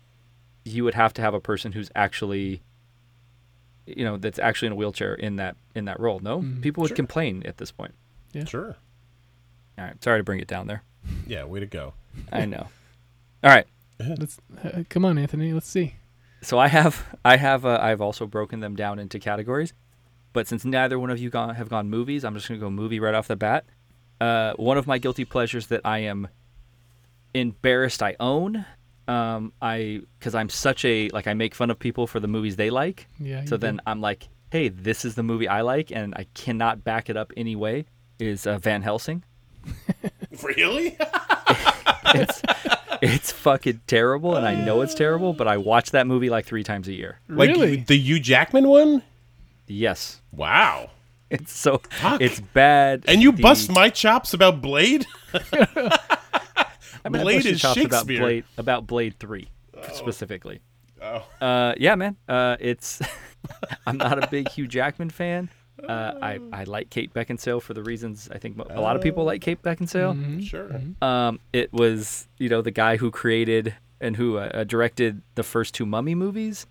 you would have to have a person who's actually, you know, that's actually in a wheelchair in that in that role. No,
Mm,
people would
sure.
complain at this point.
Sure.
All right, sorry to bring it down there.
Yeah, way to go.
I know. All right,
Let's uh, come on, Anthony. Let's see.
so I have I have uh, I've also broken them down into categories, but since neither one of you gone, have gone movies, I'm just gonna go movie right off the bat. Uh, one of my guilty pleasures that I am embarrassed I own, um, I because I'm such a like I make fun of people for the movies they like,
Yeah.
so
you
then
did.
I'm like, hey, this is the movie I like, and I cannot back it up anyway. Is uh, Van Helsing?
Really?
It's it's fucking terrible, and I know it's terrible, but I watch that movie like three times a year.
like
really?
the Hugh Jackman one?
Yes.
Wow.
It's so
Fuck.
it's bad.
And you
The-
bust my chops about Blade?
I mean, I
Blade
busted
is
chops about
Shakespeare.
Blade about Blade Three specifically.
Oh.
Uh, yeah, man. Uh, it's I'm not a big Hugh Jackman fan. Uh, I I like Kate Beckinsale for the reasons I think mo- a lot of people like Kate Beckinsale.
Mm-hmm.
Sure.
Um, it was you know the guy who created and who uh, uh, directed the first two Mummy movies,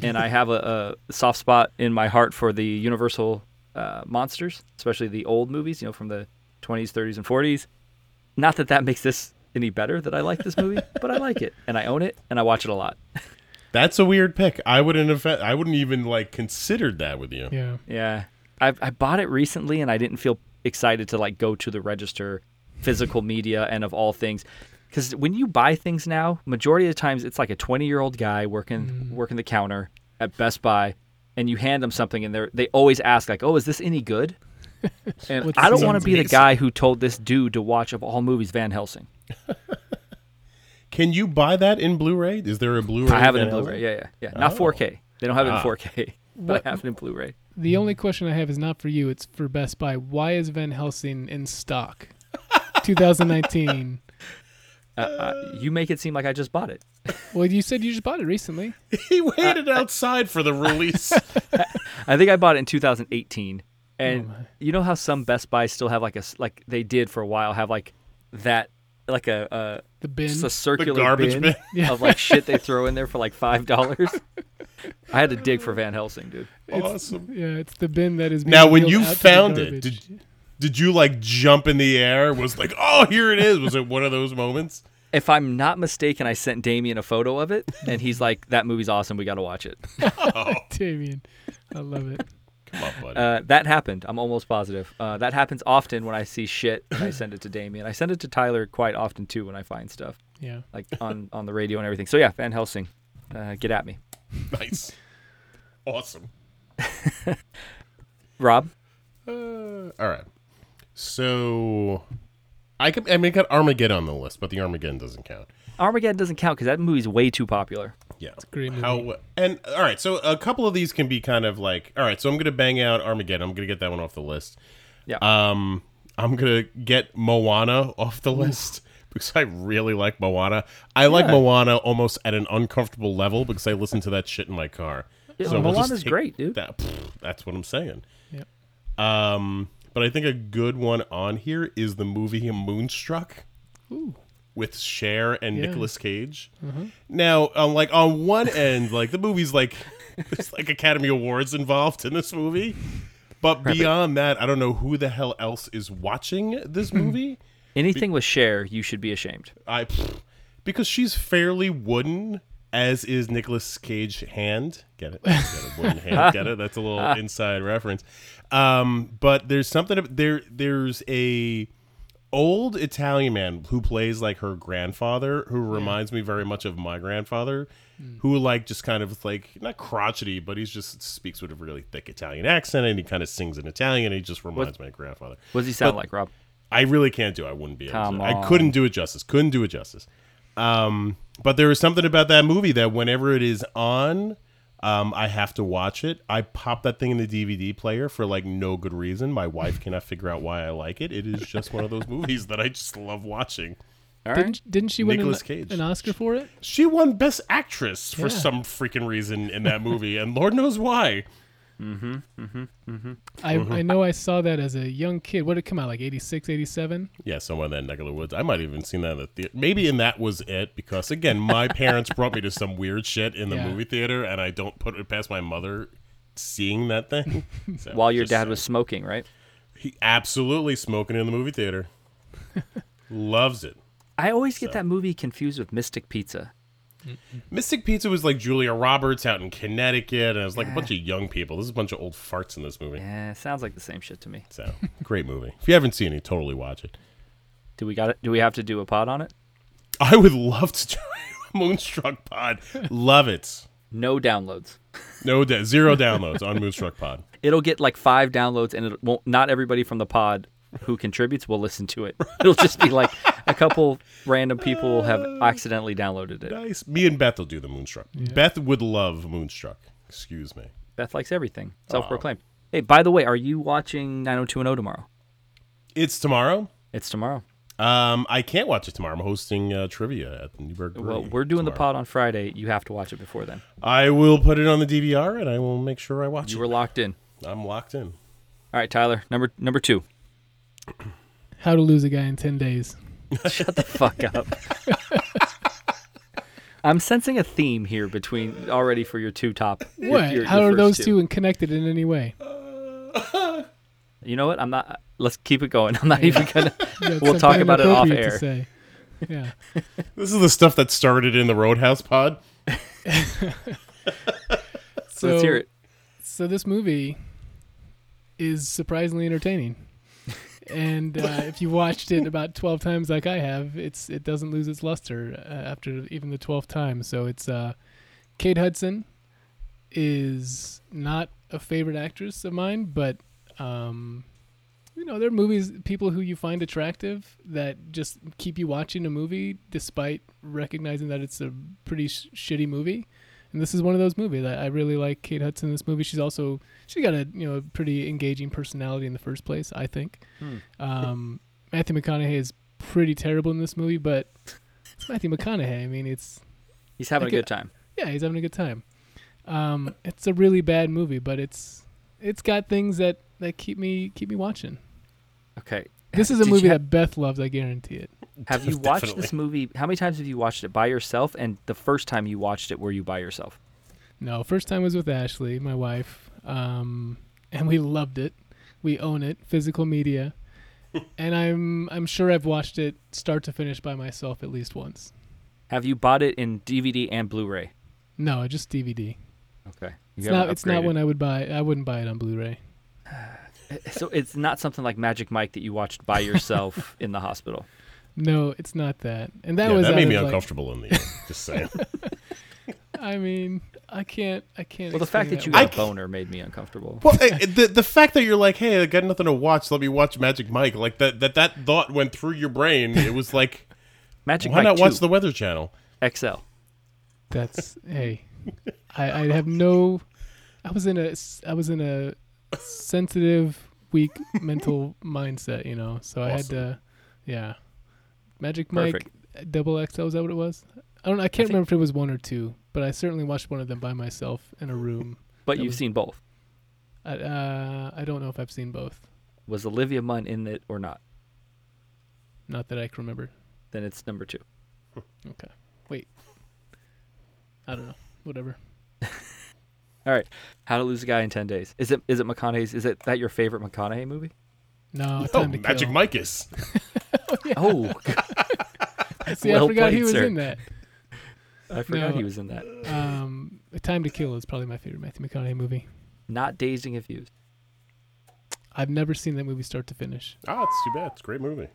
and I have a, a soft spot in my heart for the Universal uh, monsters, especially the old movies, you know, from the 20s, 30s, and 40s. Not that that makes this any better that I like this movie, but I like it and I own it and I watch it a lot.
That's a weird pick. I wouldn't have I wouldn't even like considered that with you.
Yeah.
Yeah, I I bought it recently and I didn't feel excited to like go to the register, physical media, and of all things, because when you buy things now, majority of the times it's like a twenty year old guy working
Mm.
working the counter at Best Buy, and you hand them something and they are they always ask like, oh, is this any good? And
What's
I don't
the-
want to be the
Amazing.
guy who told this dude to watch of all movies Van Helsing.
Can you buy that in Blu-ray? Is there a Blu-ray?
I have it in
Van Helsing?
Blu-ray. Yeah, yeah, yeah. Not 4K. They don't have it in
Ah.
4K, but
What-
I have it in Blu-ray.
The only question I have is not for you. It's for Best Buy. Why is Van Helsing in stock? 2019.
Uh, uh, you make it seem like I just bought it.
Well, you said you just bought it recently.
He waited outside for the release.
I think I bought it in 2018, and
Oh my.
you know how some Best Buys still have like a s- like they did for a while have like that like a uh,
The bin.
just a circular
garbage bin.
Yeah.
of like shit they throw in there for like five dollars. I had to dig for Van Helsing, dude.
awesome.
yeah, it's the bin that is. Being
Now, when
wheeled
you
out to the
found it,
garbage.
did did you like jump in the air? Was like, oh, here it is. Was it one of those moments?
If I'm not mistaken, I sent Damien a photo of it, and he's like, "That movie's awesome. We got to watch it."
Damien, I love it.
Come on, buddy.
Uh, that happened. I'm almost positive. Uh, that happens often when I see shit. and I send it to Damien. I send it to Tyler quite often too when I find stuff
Yeah.
like on on the radio and everything. So yeah, Van Helsing, uh, get at me,
nice. Awesome.
Rob.
Uh, all right. So, I could. I mean, I got Armageddon on the list, but the Armageddon doesn't count.
Armageddon doesn't count because that movie's way too popular.
Yeah.
great movie.
How and all right, so a couple of these can be kind of like all right, so I'm gonna bang out Armageddon. I'm gonna get that one off the list.
Yeah.
Um, I'm gonna get Moana off the list because I really like Moana. I like Moana almost at an uncomfortable level because I listen to that shit in my car.
Yeah,
we'll just
Moana's
take
great, dude.
That, pff, that's what I'm saying.
Yep.
Um, But I think a good one on here is the movie Moonstruck
Ooh.
with Cher and
Yeah. Mm-hmm.
Nicolas Cage. Now, um, like on one end, like the movie's like there's like Academy Awards involved in this movie, but beyond that, I don't know who the hell else is watching this movie.
Anything with share, you should be ashamed.
I pfft, because she's fairly wooden, as is Nicolas Cage hand. Get it? Get it? Wooden hand. Get it? That's a little inside reference. Um, but there's something ab- there. There's a old Italian man who plays like her grandfather, who reminds me very much of my grandfather, who like just kind of like not crotchety, but he's just speaks with a really thick Italian accent, and he kind of sings in Italian. And he just reminds me of my grandfather.
What does he sound like, Rob?
I really can't do. It. I wouldn't be able
Come
to.
on.
I couldn't do it justice. Couldn't do it justice. Um, but there was something about that movie that whenever it is on, um, I have to watch it. I pop that thing in the DVD player for like no good reason. My wife cannot figure out why I like it. It is just one of those movies that I just love watching.
All right.
Didn't, didn't she win an,
Nicolas Cage.
an Oscar for it?
She won Best Actress for
Yeah.
some freaking reason in that movie, and Lord knows why.
I,
Mm-hmm.
I know I saw that as a young kid. What did it come out like 86, 87?
Yeah, somewhere in that neck of the woods. I might have even seen that in the theater. Maybe in that was it because again, my parents brought me to some weird shit in the
Yeah.
movie theater, and I don't put it past my mother seeing that thing. So,
While your
just
dad
saying.
was smoking, right?
he absolutely smoking in the movie theater, loves it.
I always get that movie confused with Mystic Pizza.
Mystic Pizza was like Julia Roberts out in Connecticut, and it was like a bunch of young people. This is a bunch of old farts in this movie.
Yeah, sounds like the same shit to me.
So great movie. If you haven't seen it, totally watch it.
Do we got it? Do we have to do a pod on it?
I would love to try Moonstruck Pod. Love it.
No downloads.
No, da- zero downloads on Moonstruck Pod.
It'll get like five downloads, and it won't. Not everybody from the pod who contributes will listen to it. It'll just be like a couple random people have accidentally downloaded it.
Nice. Me and Beth will do the Moonstruck. Beth would love Moonstruck. Excuse me.
Beth likes everything. Self-proclaimed. Hey, by the way, are you watching 90210 tomorrow?
It's tomorrow.
It's tomorrow.
Um, I can't watch it tomorrow. I'm hosting uh, trivia at the Newburgh. Brewery
Well, we're doing the
tomorrow.
pod on Friday. You have to watch it before then.
I will put it on the DVR and I will make sure I watch
You were
it.
locked in.
I'm locked in.
All right, Tyler. Number number two.
How to Lose a Guy in 10 Days.
Fuck up. I'm sensing a theme here between already for your two top. your-
What?
your- your
How are
first
those two connected in any way?
You know what? I'm not. Let's keep it going. I'm not even gonna.
That's
We'll talk
something
about it off
inappropriate
air.
To say. Yeah.
This is the stuff that started in the Roadhouse Pod.
so,
let's hear it.
So this movie is surprisingly entertaining. And uh, if you watched it about twelve times, like I have, it's it doesn't lose its luster uh, after even the twelfth time. So it's uh, Kate Hudson is not a favorite actress of mine, but um, you know there are movies people who you find attractive that just keep you watching a movie despite recognizing that it's a pretty sh- shitty movie. And this is one of those movies. I, I really like Kate Hudson in this movie. She's also she got a you know a pretty engaging personality in the first place. I think.
Hmm.
Um, Matthew McConaughey is pretty terrible in this movie, but it's Matthew McConaughey. I mean, it's
He's having
Okay.
a good time.
yeah, he's having a good time. Um, it's a really bad movie, but it's it's got things that that keep me keep me watching.
Okay.
This is a
Did you
movie
ha-
that Beth loves. I guarantee it.
Have you watched this movie? How many times have you watched it by yourself? And the first time you watched it, were you by yourself?
No, first time was with Ashley, my wife, um, and we loved it. We own it, physical media, and I'm I'm sure I've watched it start to finish by myself at least once.
Have you bought it in DVD and Blu-ray?
No, just DVD.
Okay. You
It's
haven't
not it's not
upgraded.
one I would buy. I wouldn't buy it on Blu-ray.
So it's not something like Magic Mike that you watched by yourself in the hospital.
No, it's not that. And that
yeah,
was
that
out
made
of,
me
like-
uncomfortable in the end. Just saying.
I mean, I can't I can't.
Well, the fact
explain
that you
one.
got
I
a
c-
boner made me uncomfortable.
Well, eh, eh, the the fact that you're like, hey, I got nothing to watch. Let me watch Magic Mike. Like that that that thought went through your brain. It was like,
Magic
why
Mike
not
2,
watch the Weather Channel?
XL.
That's hey, I, I have no. I was in a s- I was in a sensitive, weak mental mindset, you know. So I had
Awesome.
to, yeah. Magic Mike Double XL is that what it was? I don't. know. I can't
think-
remember if it was one or two, but I certainly watched one of them by myself in a room.
But
That
you've
was-
seen both.
I, uh, I don't know if I've seen both.
Was Olivia Munn in it or not?
Not that I can remember.
Then it's number two.
Okay. Wait. I don't know. Whatever.
All right. How to Lose a Guy in Ten Days. Is it is it McConaughey's? Is it that your favorite McConaughey movie?
No,
Oh,
time to
Magic
kill.
Mike is.
Oh, God,
See,
Well
I forgot
played,
he was
sir.
in that.
I forgot
No.
he was in that.
Um, Time to Kill is probably my favorite Matthew McConaughey movie.
Not dazed and confused.
I've never seen that movie start to finish.
Ah, it's too bad. It's a great movie.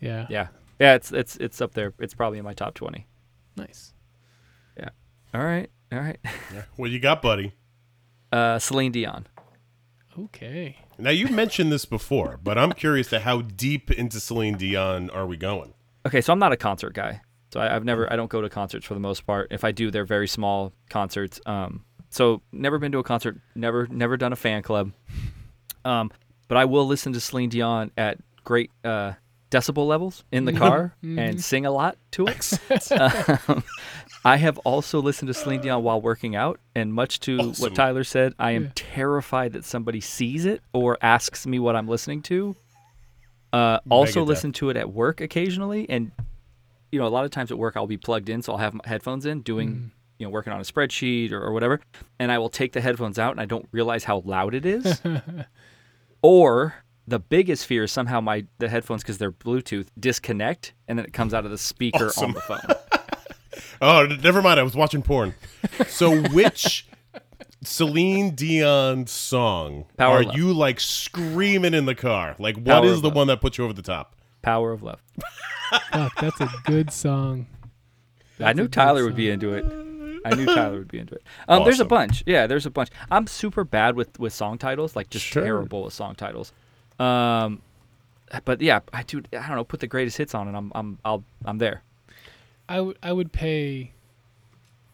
Yeah.
Yeah, yeah. It's it's it's up there. It's probably in my top twenty.
Nice.
All right, all right.
What you got, buddy?
Uh, Celine Dion.
Okay.
Now you mentioned this before, but I'm curious to how deep into Celine Dion are we going?
Okay, so I'm not a concert guy. So I, I've never, I don't go to concerts for the most part. If I do, they're very small concerts. Um, so never been to a concert, never, never done a fan club. Um, but I will listen to Celine Dion at great uh, decibel levels in the car and sing a lot to it. Um, I have also listened to Celine Dion while working out, and much to
Awesome.
what Tyler said, I am
Yeah.
terrified that somebody sees it or asks me what I'm listening to. Uh, also,
Megadeth.
listen to it at work occasionally, and you know, a lot of times at work I'll be plugged in, so I'll have my headphones in, doing you know, working on a spreadsheet or, or whatever, and I will take the headphones out, and I don't realize how loud it is. or the biggest fear is somehow my the headphones because they're Bluetooth disconnect, and then it comes out of the speaker on
Awesome.
the phone.
Oh, n- never mind. I was watching porn. So which Celine Dion song
Power
are
Love.
you like screaming in the car? Like, what is
Power
the
Love.
one that puts you over the top?
Power of Love.
Fuck, that's a good song.
I
That's a
knew
good
Tyler would
song.
be into it. I knew Tyler would be into it. Um, There's a
Awesome.
bunch. Yeah, there's a bunch. I'm super bad with with song titles, like just
Sure.
terrible with song titles. Um, but yeah, I do. I don't know. Put the greatest hits on, and I'm I'm I'll I'm there.
I would I would pay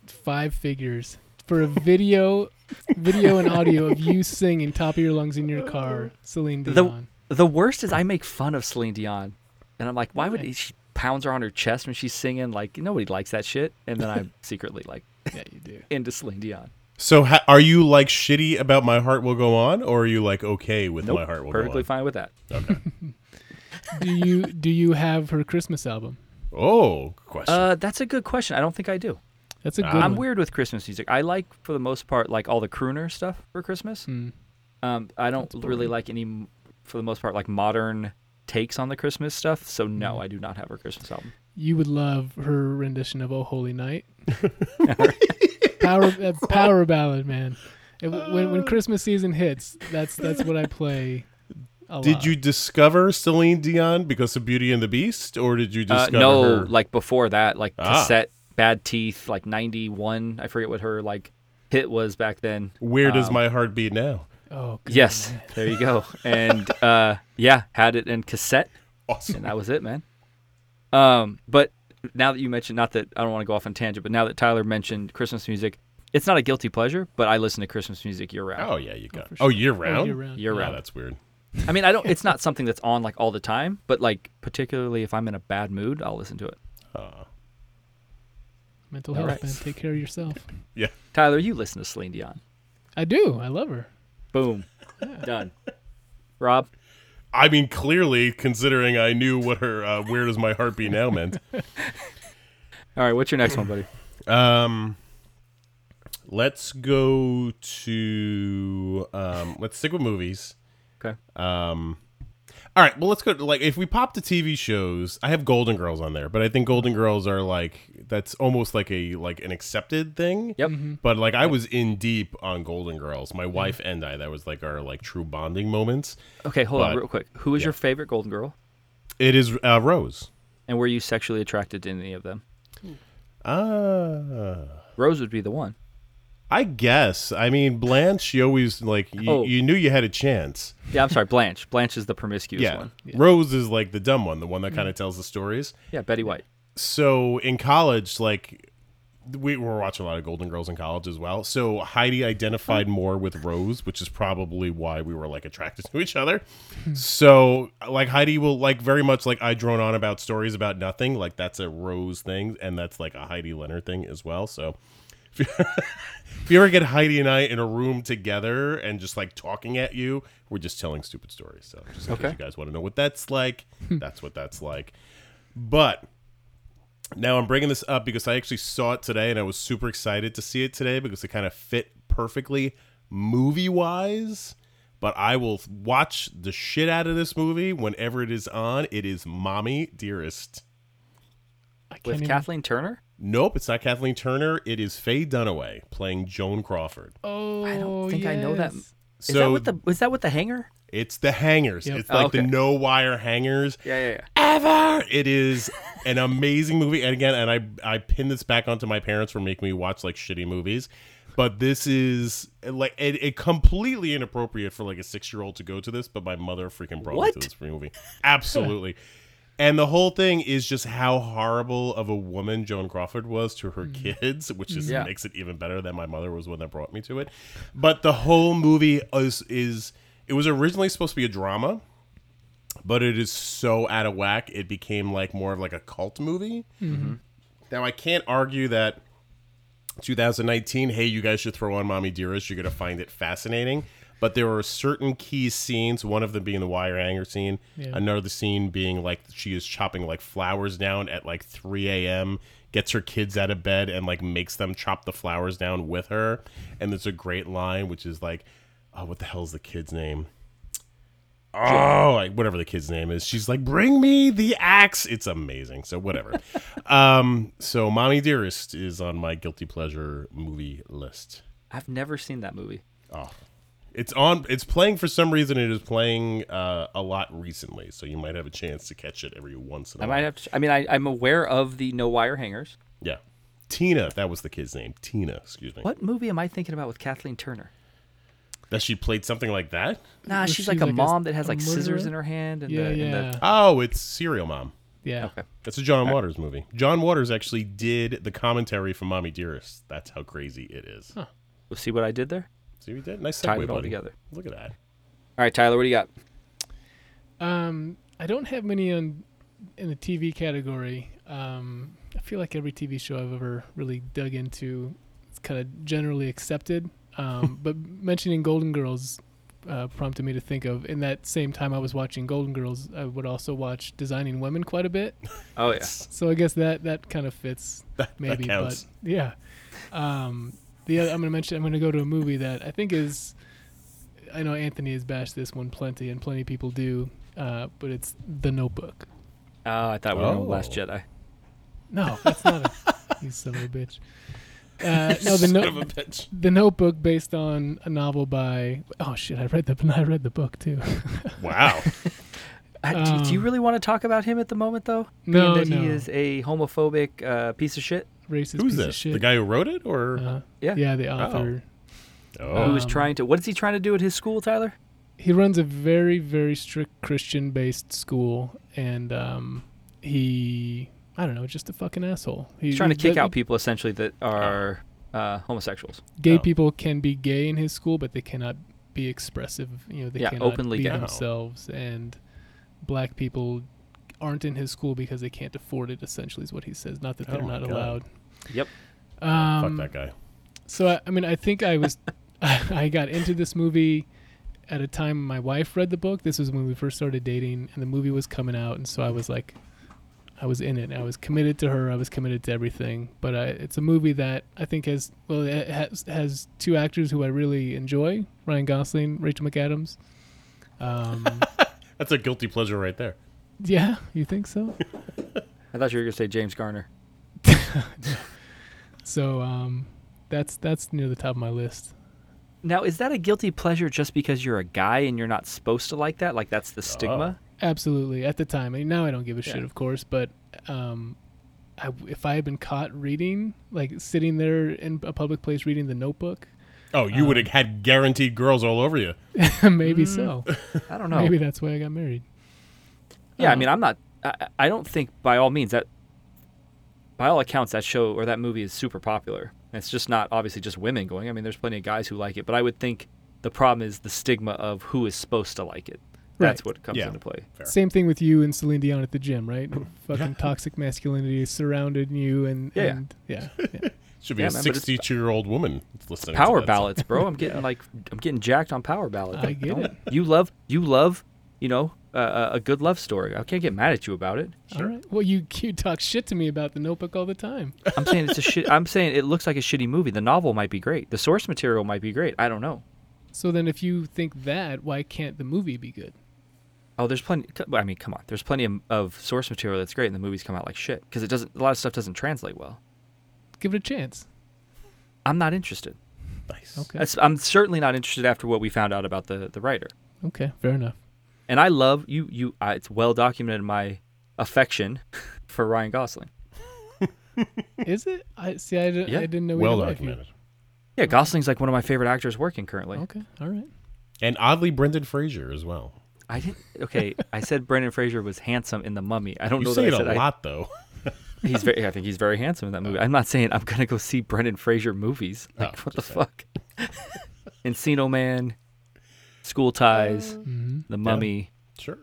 five figures for a video, video and audio of you singing top of your lungs in your car, Celine
The-
Dion.
The worst is I make fun of Celine Dion, and I'm like, why would she pounds her on her chest when she's singing? Like nobody likes that shit. And then I'm secretly like
yeah, you do.
into Celine Dion.
So ha- are you like shitty about My Heart Will Go On, or are you like okay with
Nope,
My Heart Will
perfectly
Go
fine with that.
On? Okay.
Do you do you have her Christmas album?
Oh, question.
Uh, that's a good question. I don't think I do.
That's a good
Uh, I'm
one.
weird with Christmas music. I like, for the most part, like all the crooner stuff for Christmas.
Mm.
Um, I don't really like any, m- for the most part, like modern takes on the Christmas stuff. So no,
Mm.
I do not have her Christmas album.
You would love her rendition of "Oh Holy Night." power uh, power ballad, man. It- when
Uh.
when Christmas season hits, that's that's what I play. A
did
lot.
you discover Celine Dion because of Beauty and the Beast, or did you
Uh,
discover?
no,
her-
like before that, like
Ah.
cassette, Bad Teeth, like '91. I forget what her like hit was back then.
Where does
um,
my heart beat now?
Oh, God.
Yes, there you go. And uh, yeah, had it in cassette.
Awesome.
and that was it, man. Um, but now that you mentioned, not that I don't want to go off on tangent, but now that Tyler mentioned Christmas music, it's not a guilty pleasure, but I listen to Christmas music year round.
Oh yeah, you got. Oh, year round.
Oh, year round.
Year
Yeah,
round.
that's weird.
I mean, I don't. It's not something that's on like all the time, but like particularly if I'm in a bad mood, I'll listen to it.
Uh,
Mental health,
Alright.
man. Take care of yourself.
yeah.
Tyler, you listen to Celine Dion.
I do. I love her.
Boom, done. Rob,
I mean, clearly, considering I knew what her uh, "Where Does My Heart Be Now" meant.
all right, what's your next one, buddy?
Um, let's go to um, let's stick with movies.
Okay,
Um, all right, well, let's go. To, like, if we pop to TV shows, I have Golden Girls on there, but I think Golden Girls are like that's almost like a like an accepted thing.
yep.
But like, I was in deep on Golden Girls. My wife and I. That was like our like true bonding moments.
Okay, hold on
But-
real quick. Who is your favorite Golden Girl,
It is uh, Rose.
and were you sexually attracted to any of them?
Ah.
Rose would be the one.
I guess. I mean, Blanche, she always like you,
Oh.
you knew you had a chance.
Yeah, I'm sorry, Blanche. Blanche is the promiscuous
Yeah.
one. Mm-hmm.
Rose is like the dumb one, the one that kind of tells the stories.
Yeah, Betty White.
So in college, like we were watching a lot of Golden Girls in college as well. So Heidi identified more with Rose, which is probably why we were like attracted to each other. so like Heidi will like very much like I drone on about stories about nothing. Like that's a Rose thing, and that's like a Heidi Leonard thing as well. So If you, if you ever get Heidi and I in a room together and just like talking at you, we're just telling stupid stories. So just in case
Okay.
you guys want to know what that's like, that's what that's like. But now I'm bringing this up because I actually saw it today and I was super excited to see it today because it kind of fit perfectly movie wise. But I will watch the shit out of this movie whenever it is on. It is Mommy Dearest.
I can't
with
even-
Kathleen Turner.
Nope, it's not Kathleen Turner. It is Faye Dunaway playing Joan Crawford.
Oh,
I don't think I know that.
yes.
Is that with the? Is that with the hanger?
It's the hangers.
Yep.
It's like the
Okay.
no wire hangers.
Yeah, yeah, yeah.
Ever. It is an amazing movie. And again, and I I pin this back onto my parents for making me watch like shitty movies. But this is like it, it completely inappropriate for like a six year old to go to this. But my mother freaking brought
What?
me to this free movie. Absolutely. And the whole thing is just how horrible of a woman Joan Crawford was to her kids, which just
Mm. Yeah.
makes it even better that my mother was one that brought me to it. But the whole movie is is it was originally supposed to be a drama, but it is so out of whack it became like more of like a cult movie. Now I can't argue that 2019, hey, you guys should throw on Mommy Dearest. You're going to find it fascinating. But there were certain key scenes, one of them being the wire hanger scene,
Yeah.
another scene being like she is chopping like flowers down at like 3 a.m., gets her kids out of bed and like makes them chop the flowers down with her. And there's a great line, which is like, oh, what the hell's the kid's name? oh like whatever the kid's name is she's like bring me the axe it's amazing so whatever um so mommy dearest is on my guilty pleasure movie list
I've never seen that movie.
oh it's on it's playing for some reason it is playing uh, a lot recently so you might have a chance to catch it every once in a
I
while
might have to. I mean, I, I'm aware of the no wire hangers.
yeah tina that was the kid's name tina excuse me
What movie am I thinking about with Kathleen Turner?
that she played something like that
Nah,
Was
she's like
she
a
like a-
mom that has
a
like scissors
murderer?
in her hand and
Yeah,
the, and the-
yeah,
oh it's serial mom
yeah.
Okay.
That's a John Waters movie. John Waters actually did the commentary for Mommy Dearest. That's how crazy it is.
We'll see what I did there.
See, we did nice segue,
Tied it all
buddy.
together.
Look at that.
All right, Tyler, what do you got?
Um, I don't have many on in the TV category. Um, I feel like every TV show I've ever really dug into is kind of generally accepted. Um, but mentioning Golden Girls uh, prompted me to think of. In that same time I was watching Golden Girls, I would also watch Designing Women quite a bit.
Oh yeah,
So I guess that that kind of fits
That, that
maybe,
counts.
but yeah. Um, the other, I'm gonna mention. I'm gonna go to a movie that I think is. I know Anthony has bashed this one plenty, and plenty of people do, uh, but it's The Notebook.
oh, I thought we were on The Last
Oh.
Jedi.
No, that's not. a, you son of a bitch. Uh, no, the,
Son of a
no,
bitch.
the Notebook, based on a novel by. Oh shit! I read the I read the book too.
Wow.
Uh, do, do you
Um,
really want to talk about him at the moment, though?
No,
Being that he
no.
is a homophobic uh, piece of shit
Racist
Who's
piece of
this?
shit.
The guy who Oh. wrote it, or
Uh,
Yeah.
yeah, the author.
who
oh,
is
Um,
trying to. What is he trying to do at his school, Tyler?
he runs a very very strict christian based school and um he i don't know just a fucking asshole He-
He's trying to
he-
kick
the-
out people essentially that are uh, homosexuals.
gay
Oh.
people can be gay in his school but they cannot be expressive you know they
Yeah,
cannot
openly
be
gay.
themselves and black people aren't in his school because they can't afford it essentially is what he says not that
Oh
they're
my
not
God.
allowed
Yep.
um,
fuck that guy.
So I, I mean, I think I was, I got into this movie at a time my wife read the book. This was when we first started dating, and the movie was coming out, and so I was like, I was in it. I was committed to her. I was committed to everything. But I, it's a movie that I think has well, it has has two actors who I really enjoy: Ryan Gosling, Rachel McAdams. Um,
That's a guilty pleasure right there.
yeah, you think so?
I thought you were going to say James Garner.
So um, that's that's near the top of my list.
Now, is that a guilty pleasure just because you're a guy and you're not supposed to like that? Like that's the stigma.
Absolutely. At the time, I mean, now I don't give a shit,
Yeah.
of course. But um, I, if I had been caught reading, like sitting there in a public place reading The Notebook,
Oh, you would have
Um,
had guaranteed girls all over you.
maybe so.
I don't know.
Maybe that's why I got married.
Yeah, I
Oh.
mean, I'm not. I, I don't think by all means that, by all accounts, that show or that movie is super popular. And It's just not obviously just women going. I mean, there's plenty of guys who like it, but I would think the problem is the stigma of who is supposed to like it. That's
Right.
what comes
Yeah.
into play.
Fair.
Same thing with you and Celine Dion at the gym, right? Fucking toxic masculinity surrounded you, and
Yeah, yeah.
and, yeah. yeah.
Should be
Yeah,
a
man, but it's-
sixty-two-year-old woman listening. to
power
that.
ballots, bro. I'm getting like I'm getting jacked on power ballots.
I get
Don't-
it.
You love you love you know uh, a good love story. I can't get mad at you about it.
All right. Well, you you talk shit to me about the Notebook all the time.
I'm saying it's a shit. I'm saying it looks like a shitty movie. The novel might be great. The source material might be great. I don't know.
So then, if you think that, why can't the movie be good?
Oh, there's plenty. c- I mean, come on. There's plenty of, of source material that's great, and the movies come out like shit because it doesn't. A lot of stuff doesn't translate well.
Give it a chance.
I'm not interested.
Nice.
Okay.
That's- I'm certainly not interested after what we found out about the the writer.
Okay. Fair enough.
And I love you. You. I, it's well documented my affection for Ryan Gosling.
Is it? I see. I, di-
Yeah.
I didn't know.
Well
either way.
documented.
Yeah, Gosling's like one of my favorite actors working currently.
Oh.
Okay. All right.
And oddly, Brendan Fraser as well.
I didn't. Okay, I said Brendan Fraser was handsome in The Mummy. I don't
You
know
say it
that I said
a
I-
lot, though.
he's very. I think he's very handsome in that movie. I'm not saying I'm gonna go see Brendan Fraser movies. Like
Oh,
what the
just
fuck? Encino Man, School
Oh.
Ties,
Mm-hmm.
The Mummy.
Sure.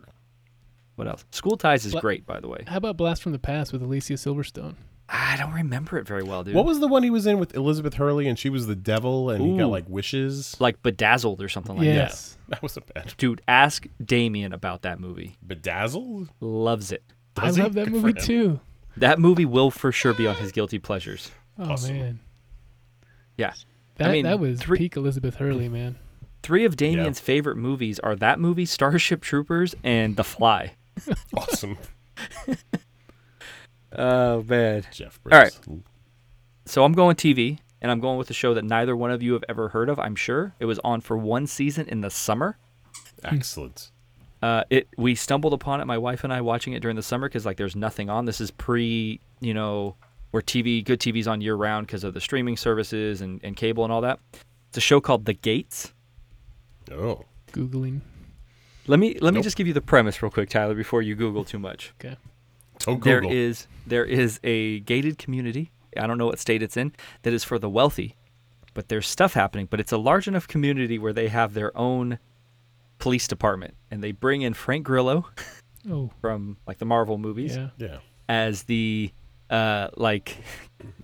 What else? School Ties is
Bla-
great, by the way.
How about Blast from the Past with Alicia Silverstone?
I don't remember it very well, dude.
What was the one he was in with Elizabeth Hurley, and she was the devil, and he got
Ooh.
like wishes?
like Bedazzled or something like that.
Yes.
That was a bad.
Dude, ask Damien about that movie.
Bedazzled.
Loves it.
I
Does he?
love that
Good for
movie
him.
too.
That movie will for sure be on his guilty pleasures.
Oh
Awesome.
man,
Yeah.
that
mean,
that was
three- Mm.
peak Elizabeth Hurley, man.
Three of Damien's favorite movies are that movie, Starship Troopers, and The Fly.
Awesome.
Oh man.
Jeff.
All right.
Bridges.
So I'm going TV, and I'm going with a show that neither one of you have ever heard of. I'm sure it was on for one season in the summer.
Excellent.
Uh, it we stumbled upon it, my wife and I, watching it during the summer because like there's nothing on. This is pre, you know, where TV good TV's on year round because of the streaming services and, and cable and all that. It's a show called The Gates.
Oh.
Googling.
Let me let me
Nope.
just give you the premise real quick, Tyler, before you Google too much.
Okay.
Don't
there
Google.
is there is a gated community. I don't know what state it's in that is for the wealthy, but there's stuff happening. But it's a large enough community where they have their own police department, and they bring in Frank Grillo
Oh
from like the Marvel movies
yeah.
Yeah.
as the uh like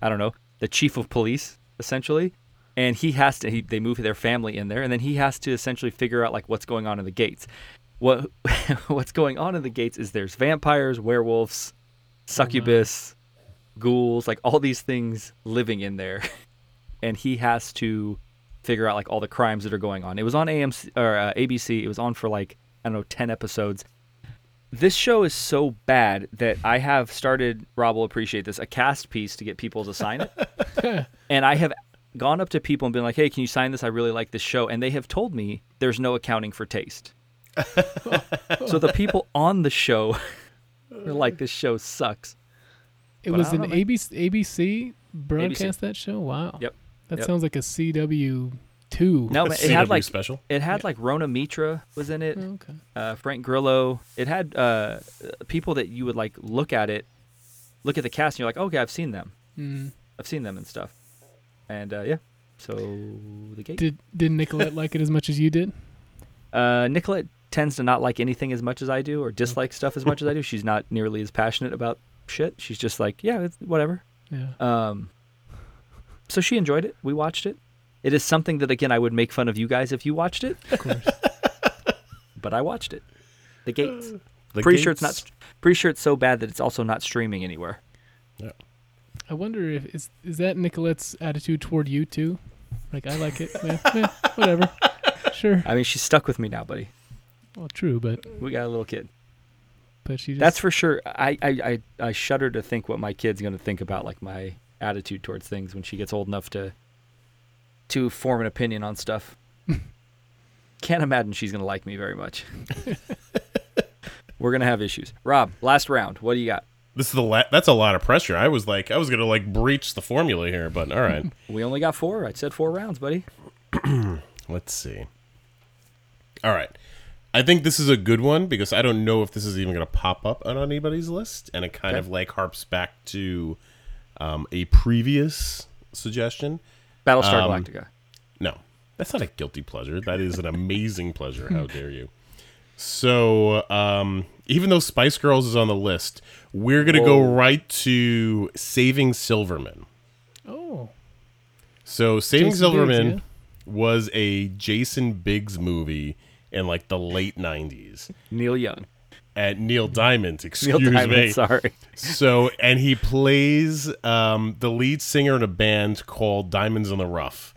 I don't know the chief of police essentially, and he has to he, they move their family in there, and then he has to essentially figure out like what's going on in the gates. What what's going on in the gates is there's vampires, werewolves, succubus, ghouls, like all these things living in there, and he has to figure out like all the crimes that are going on. It was on AMC or uh, ABC. It was on for like I don't know ten episodes. This show is so bad that I have started. Rob will appreciate this. A cast piece to get people to sign it, and I have gone up to people and been like, "Hey, can you sign this? I really like this show," and they have told me there's no accounting for taste. so the people on the show are like, "This show sucks."
It
But I
was
don't
an
know, man.
ABC ABC broadcast that show. Wow.
Yep.
That
Yep.
sounds like a CW two.
No,
A
Oh, man, it had
CW
like
special.
it had like Rona Mitra was in it.
Oh, Okay.
uh, Frank Grillo. It had uh, people that you would like look at it, look at the cast, and you're like, okay, I've seen them.
Mm.
I've seen them and stuff. And uh, yeah, so the gate.
Did did Nicolette like it as much as you did?
Uh, Nicolette tends to not like anything as much as I do, or dislike stuff as much as I do. She's not nearly as passionate about shit. She's just like, yeah, it's whatever.
Yeah.
Um, so she enjoyed it. We watched it. It is something that again I would make fun of you guys if you watched it,
Of course.
but I watched it. The gates.
The
pretty sure it's not.
gates-
Pretty sure it's so bad that it's also not streaming anywhere.
I wonder if is is that Nicolette's attitude toward you too? Like I like it. yeah, yeah, whatever. Sure.
I mean, she's stuck with me now, buddy.
Well, true, but
We got a little kid.
but she just
That's for sure. I I, I, I shudder to think what my kid's going to think about like my attitude towards things when she gets old enough to to form an opinion on stuff. Can't imagine she's going to like me very much. We're going to have issues. Rob, last round. What do you got?
This is the la- that's a lot of pressure. I was like I was gonna like breach the formula here, but all right.
We only got four. I said four rounds, buddy.
Let's see. All right. I think this is a good one because I don't know if this is even going to pop up on anybody's list, and it kind
Okay.
of like harps back to um, a previous suggestion.
Battlestar
Um,
Galactica.
No, that's not a guilty pleasure. That is an amazing pleasure. How dare you? So, um, even though Spice Girls is on the list, we're going to go
Whoa.
right to Saving Silverman.
Oh.
So Saving
Jason
Silverman
Biggs,
was a Jason Biggs movie in like the late '90s.
Neil Young.
At Neil Diamond, excuse
Neil Diamond,
me.
sorry.
So, and he plays um, the lead singer in a band called Diamonds in the Rough.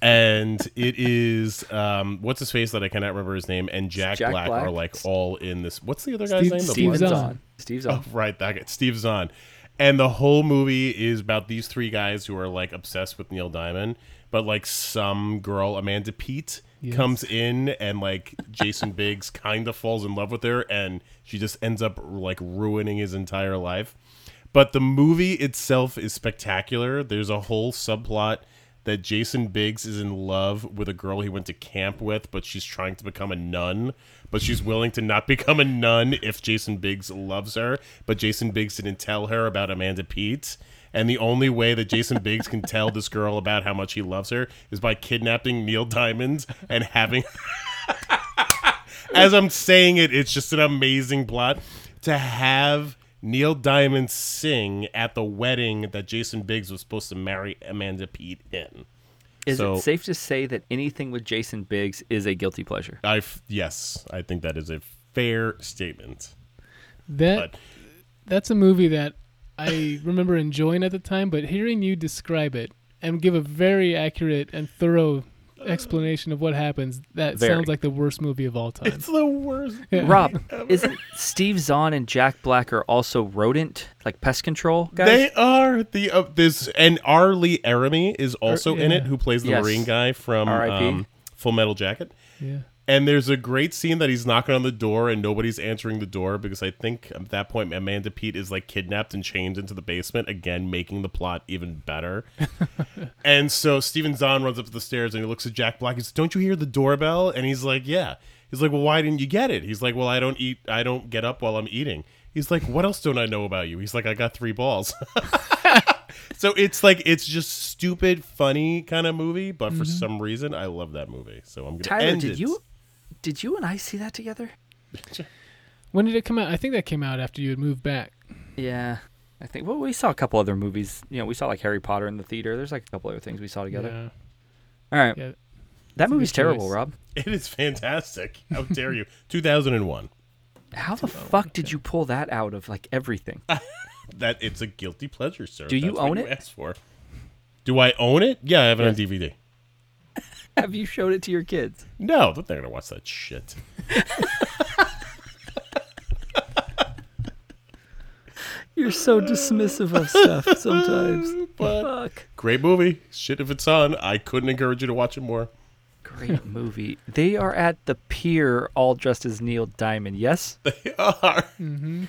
And it is um, what's his face that I cannot remember his name, and Jack,
Jack
Black,
Black.
are like all in this. What's the other guy's
Steve-
name? The
Steve
black-
Steve's
Zahn.
on. Steve's on.
Oh, right, that guy, Steve Zahn. And the whole movie is about these three guys who are like obsessed with Neil Diamond, but like some girl, Amanda Pete,
Yes.
comes in and like Jason Biggs kind of falls in love with her and she just ends up like ruining his entire life. But the movie itself is spectacular. There's a whole subplot that Jason Biggs is in love with a girl he went to camp with, but she's trying to become a nun, but she's willing to not become a nun if Jason Biggs loves her. But Jason Biggs didn't tell her about Amanda Pete. And the only way that Jason Biggs can tell this girl about how much he loves her is by kidnapping Neil Diamond and having as I'm saying it, it's just an amazing plot to have Neil Diamond sing at the wedding that Jason Biggs was supposed to marry Amanda Pete in.
Is
So-
it safe to say that anything with Jason Biggs is a guilty pleasure?
I f- yes, I think that is a fair statement.
That
But
that's a movie that I remember enjoying at the time, but hearing you describe it and give a very accurate and thorough
Uh,
explanation of what happens, that
Very.
sounds like the worst movie of all time.
it's the worst.
Yeah.
Rob, isn't Steve Zahn and Jack Black are also rodent, like pest control guys?
They are the uh, this and R. Lee Eremy is also in
yeah.
it, who plays the
Yes.
Marine guy from
R.I.P..
um, Full Metal Jacket.
Yeah.
And there's a great scene that he's knocking on the door and nobody's answering the door because I think at that point Amanda Pete is like kidnapped and chained into the basement again, making the plot even better. and so Steven Zahn runs up the stairs and he looks at Jack Black. He's "Don't you hear the doorbell?" And he's like, "Yeah." He's like, "Well, why didn't you get it?" He's like, "Well, I don't eat. I don't get up while I'm eating." He's like, "What else don't I know about you?" He's like, "I got three balls." so it's like it's just stupid, funny kind of movie, but for some reason, I love that movie. So I'm gonna
Tyler,
end
did
it.
you did you and I see that together?
When did it come out? I think that came out after you had moved back.
Yeah. I think well, we saw a couple other movies. You know, we saw like Harry Potter in the theater. There's like a couple other things we saw together.
Yeah.
All right.
Yeah.
that movie's
good
terrible,
choice.
Rob.
It is fantastic. How dare you? 2001.
How the fuck did you pull that out of like everything?
That it's a guilty pleasure, sir.
Do you
That's what
own
you
it?
asked for. Do I own it? Yeah, I have it on DVD.
Have you showed it to your kids?
No, they're not gonna watch that shit.
You're so dismissive of stuff sometimes.
But
Fuck.
great movie. Shit, if it's on, I couldn't encourage you to watch it more.
Great movie. They are at the pier all dressed as Neil Diamond. Yes?
They are.
Mm-hmm.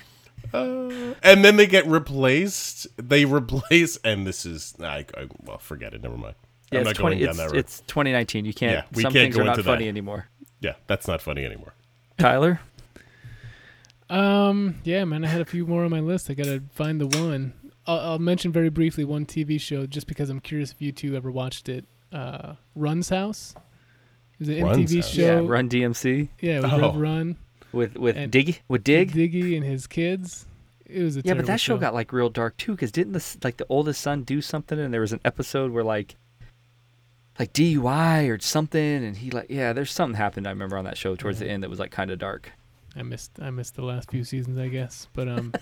Uh, and then they get replaced. They replace, and this is I, I well, forget it. Never mind.
Yeah,
I'm
it's
not
20,
going down
it's,
that road.
it's 2019. You can't.
Yeah, we
some
can't
things
go
are not
into that.
funny anymore.
yeah, that's not funny anymore.
Tyler,
Um. Yeah, man. I had a few more on my list. I gotta find the one. I'll, I'll mention very briefly one TV show just because I'm curious if you two ever watched it. Uh, Run's House. It was an
Run's
MTV
House.
show.
yeah, Run DMC
Yeah, with
Oh.
Rev Run,
with with
And-
Diggy with Dig.
Diggy, and his kids. It was a
yeah, but
terrible
that show got like real dark too, because didn't the s- like the oldest son do something, and there was an episode where like like DUI or something, and he like yeah, there's something happened I remember on that show towards the end that was like kind of dark.
I missed I missed the last few seasons, I guess. But um,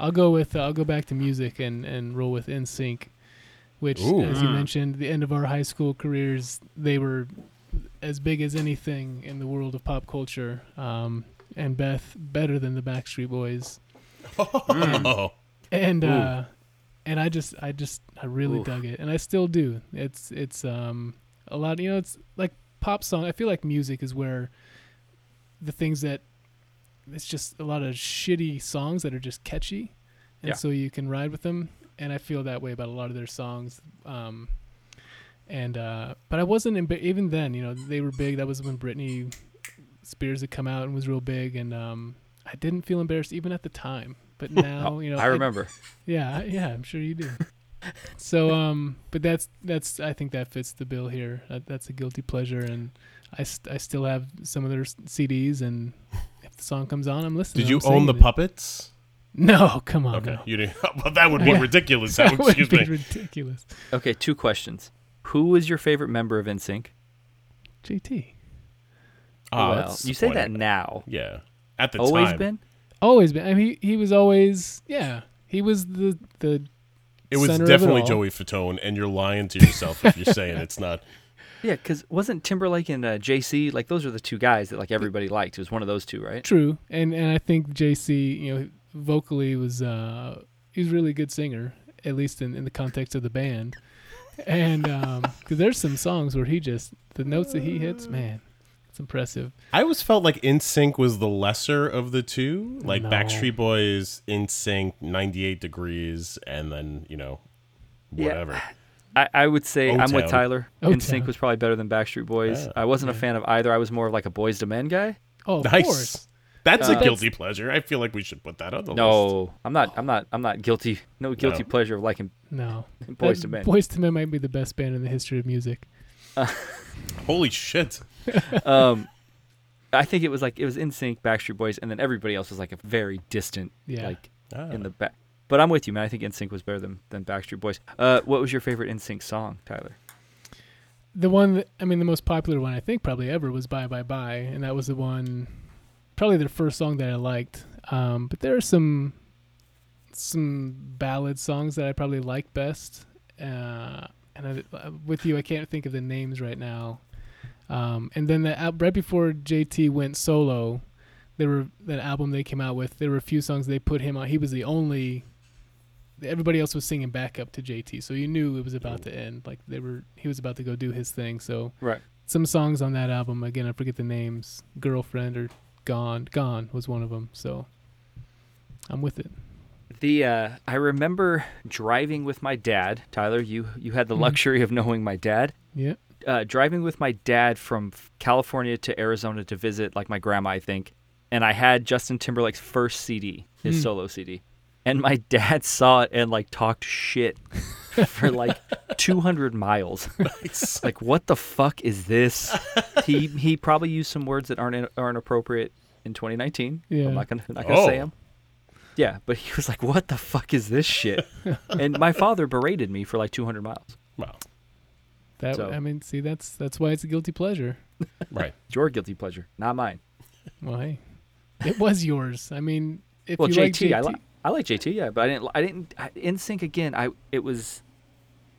I'll go with uh, I'll go back to music and and roll with NSYNC, which,
Ooh.
as you
Mm.
mentioned, the end of our high school careers, they were as big as anything in the world of pop culture. Um, and Beth better than the Backstreet Boys.
Oh,
And
Ooh.
uh, and I just I just I really
Oof.
dug it, and I still do. It's it's um a lot. You know, it's like pop song. I feel like music is where the things that it's just a lot of shitty songs that are just catchy, and
Yeah.
so you can ride with them. And I feel that way about a lot of their songs. Um, and uh, but I wasn't emba- even then. You know, they were big. That was when Britney Spears had come out and was real big, and um, I didn't feel embarrassed even at the time. But now, you know,
I
it-
remember.
yeah, I- yeah, I'm sure you do. so, um, but that's that's I think that fits the bill here. That, that's a guilty pleasure, and I, st- I still have some of their s- CDs, and if the song comes on, I'm listening.
did you
I'm
own
singing
the
it.
puppets?
No, come
Uh-huh.
on.
Okay,
no.
you didn't. Well, that would be
Yeah.
ridiculous.
That would
Excuse
be
me.
ridiculous.
Okay, two questions. Who is your favorite member of NSYNC?
JT.
Ah,
well,
that's
you say that
disappointing.
now.
Yeah. At the
Always
time,
been?
Always been. I mean, he, he was always yeah. He was the the
it was
center of it
definitely
all.
Joey Fatone, and you're lying to yourself if you're saying it's not.
Yeah, because wasn't Timberlake and uh, JC, like, those are the two guys that, like, everybody liked. It was one of those two, right?
true, and and I think JC, you know, vocally was uh he was a really good singer, at least in in the context of the band, and um 'cause there's some songs where he just the notes that he hits, man, it's impressive.
I always felt like InSync was the lesser of the two, like
No.
Backstreet Boys, InSync, 98 Degrees, and then you know,
Yeah.
whatever.
I, I would say I'm with
O-Town.
Tyler.
O-Town.
NSYNC was probably better than Backstreet Boys.
Yeah.
I wasn't a fan of either. I was more of like a Boys to Men guy.
Oh, of
nice.
course.
That's
Uh,
a guilty pleasure. I feel like we should put that on the list.
No, I'm not. I'm not. I'm not guilty. No guilty
No.
pleasure of liking
No,
Boys to
That-
Men.
Boys to Men might be the best band in the history of music.
Holy shit!
um, I think it was like it was in sync, Backstreet Boys, and then everybody else was like a very distant,
Yeah.
like
Ah.
in the back. But I'm with you, man. I think NSYNC was better than than Backstreet Boys. Uh, what was your favorite NSYNC song, Tyler?
The one, that, I mean, the most popular one I think probably ever was "Bye Bye Bye," and that was the one, probably their first song that I liked. Um, but there are some, some ballad songs that I probably like best. Uh, and I, with you, I can't think of the names right now. Um, and then the, al- right before JT went solo, there were that album they came out with. There were a few songs they put him on. He was the only. Everybody else was singing back up to JT, so you knew it was about to end. Like they were, he was about to go do his thing. So
Right.
some songs on that album again, I forget the names. Girlfriend or Gone, Gone was one of them. So I'm with it.
The uh, I remember driving with my dad. Tyler, you you had the luxury of knowing my dad.
Yeah,
uh, driving with my dad from f- California to Arizona to visit like my grandma, I think, and I had Justin Timberlake's first CD,
Hmm.
his solo CD, and my dad saw it and like talked shit for like 200 miles.
Nice.
Like, what the fuck is this? He he probably used some words that aren't in, aren't appropriate in 2019.
Yeah.
I'm not gonna not gonna say
Oh.
them. Yeah, but he was like, "What the fuck is this shit?" and my father berated me for like 200 miles.
Wow.
that.
So-
I mean, see, that's that's why it's a guilty pleasure.
Right.
It's your guilty pleasure, not mine.
Well, hey, it was yours. I mean, if
well,
you
JT,
like JT,
I like I like JT, yeah, but I didn't I didn't I, NSYNC again. I it was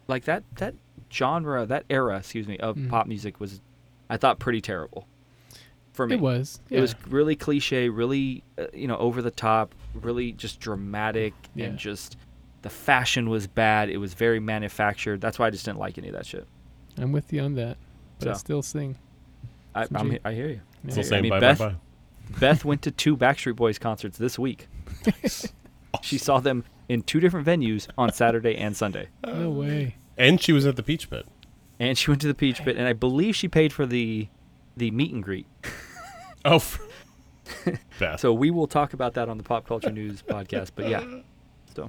like that that genre that era, excuse me,
Mm-hmm.
of pop music was I thought pretty terrible for me.
it was.
It was
yeah.
really cliche, really uh, you know over the top, really just dramatic
Yeah.
and just the fashion was bad. It was very manufactured. That's why I just didn't like any of that shit.
I'm with you on that, but I
So.
still sing.
I,
Some
I'm,
G-
he- I hear you.
Still
I
saying
mean,
bye
Beth-
bye bye.
Beth went to two Backstreet Boys concerts this week. She saw them in two different venues on Saturday and Sunday.
No way.
And she was at the Peach Pit.
and she went to the peach pit and i believe she paid for the the meet and greet
Oh. f- Beth.
so we will talk about that on the pop culture news podcast but yeah so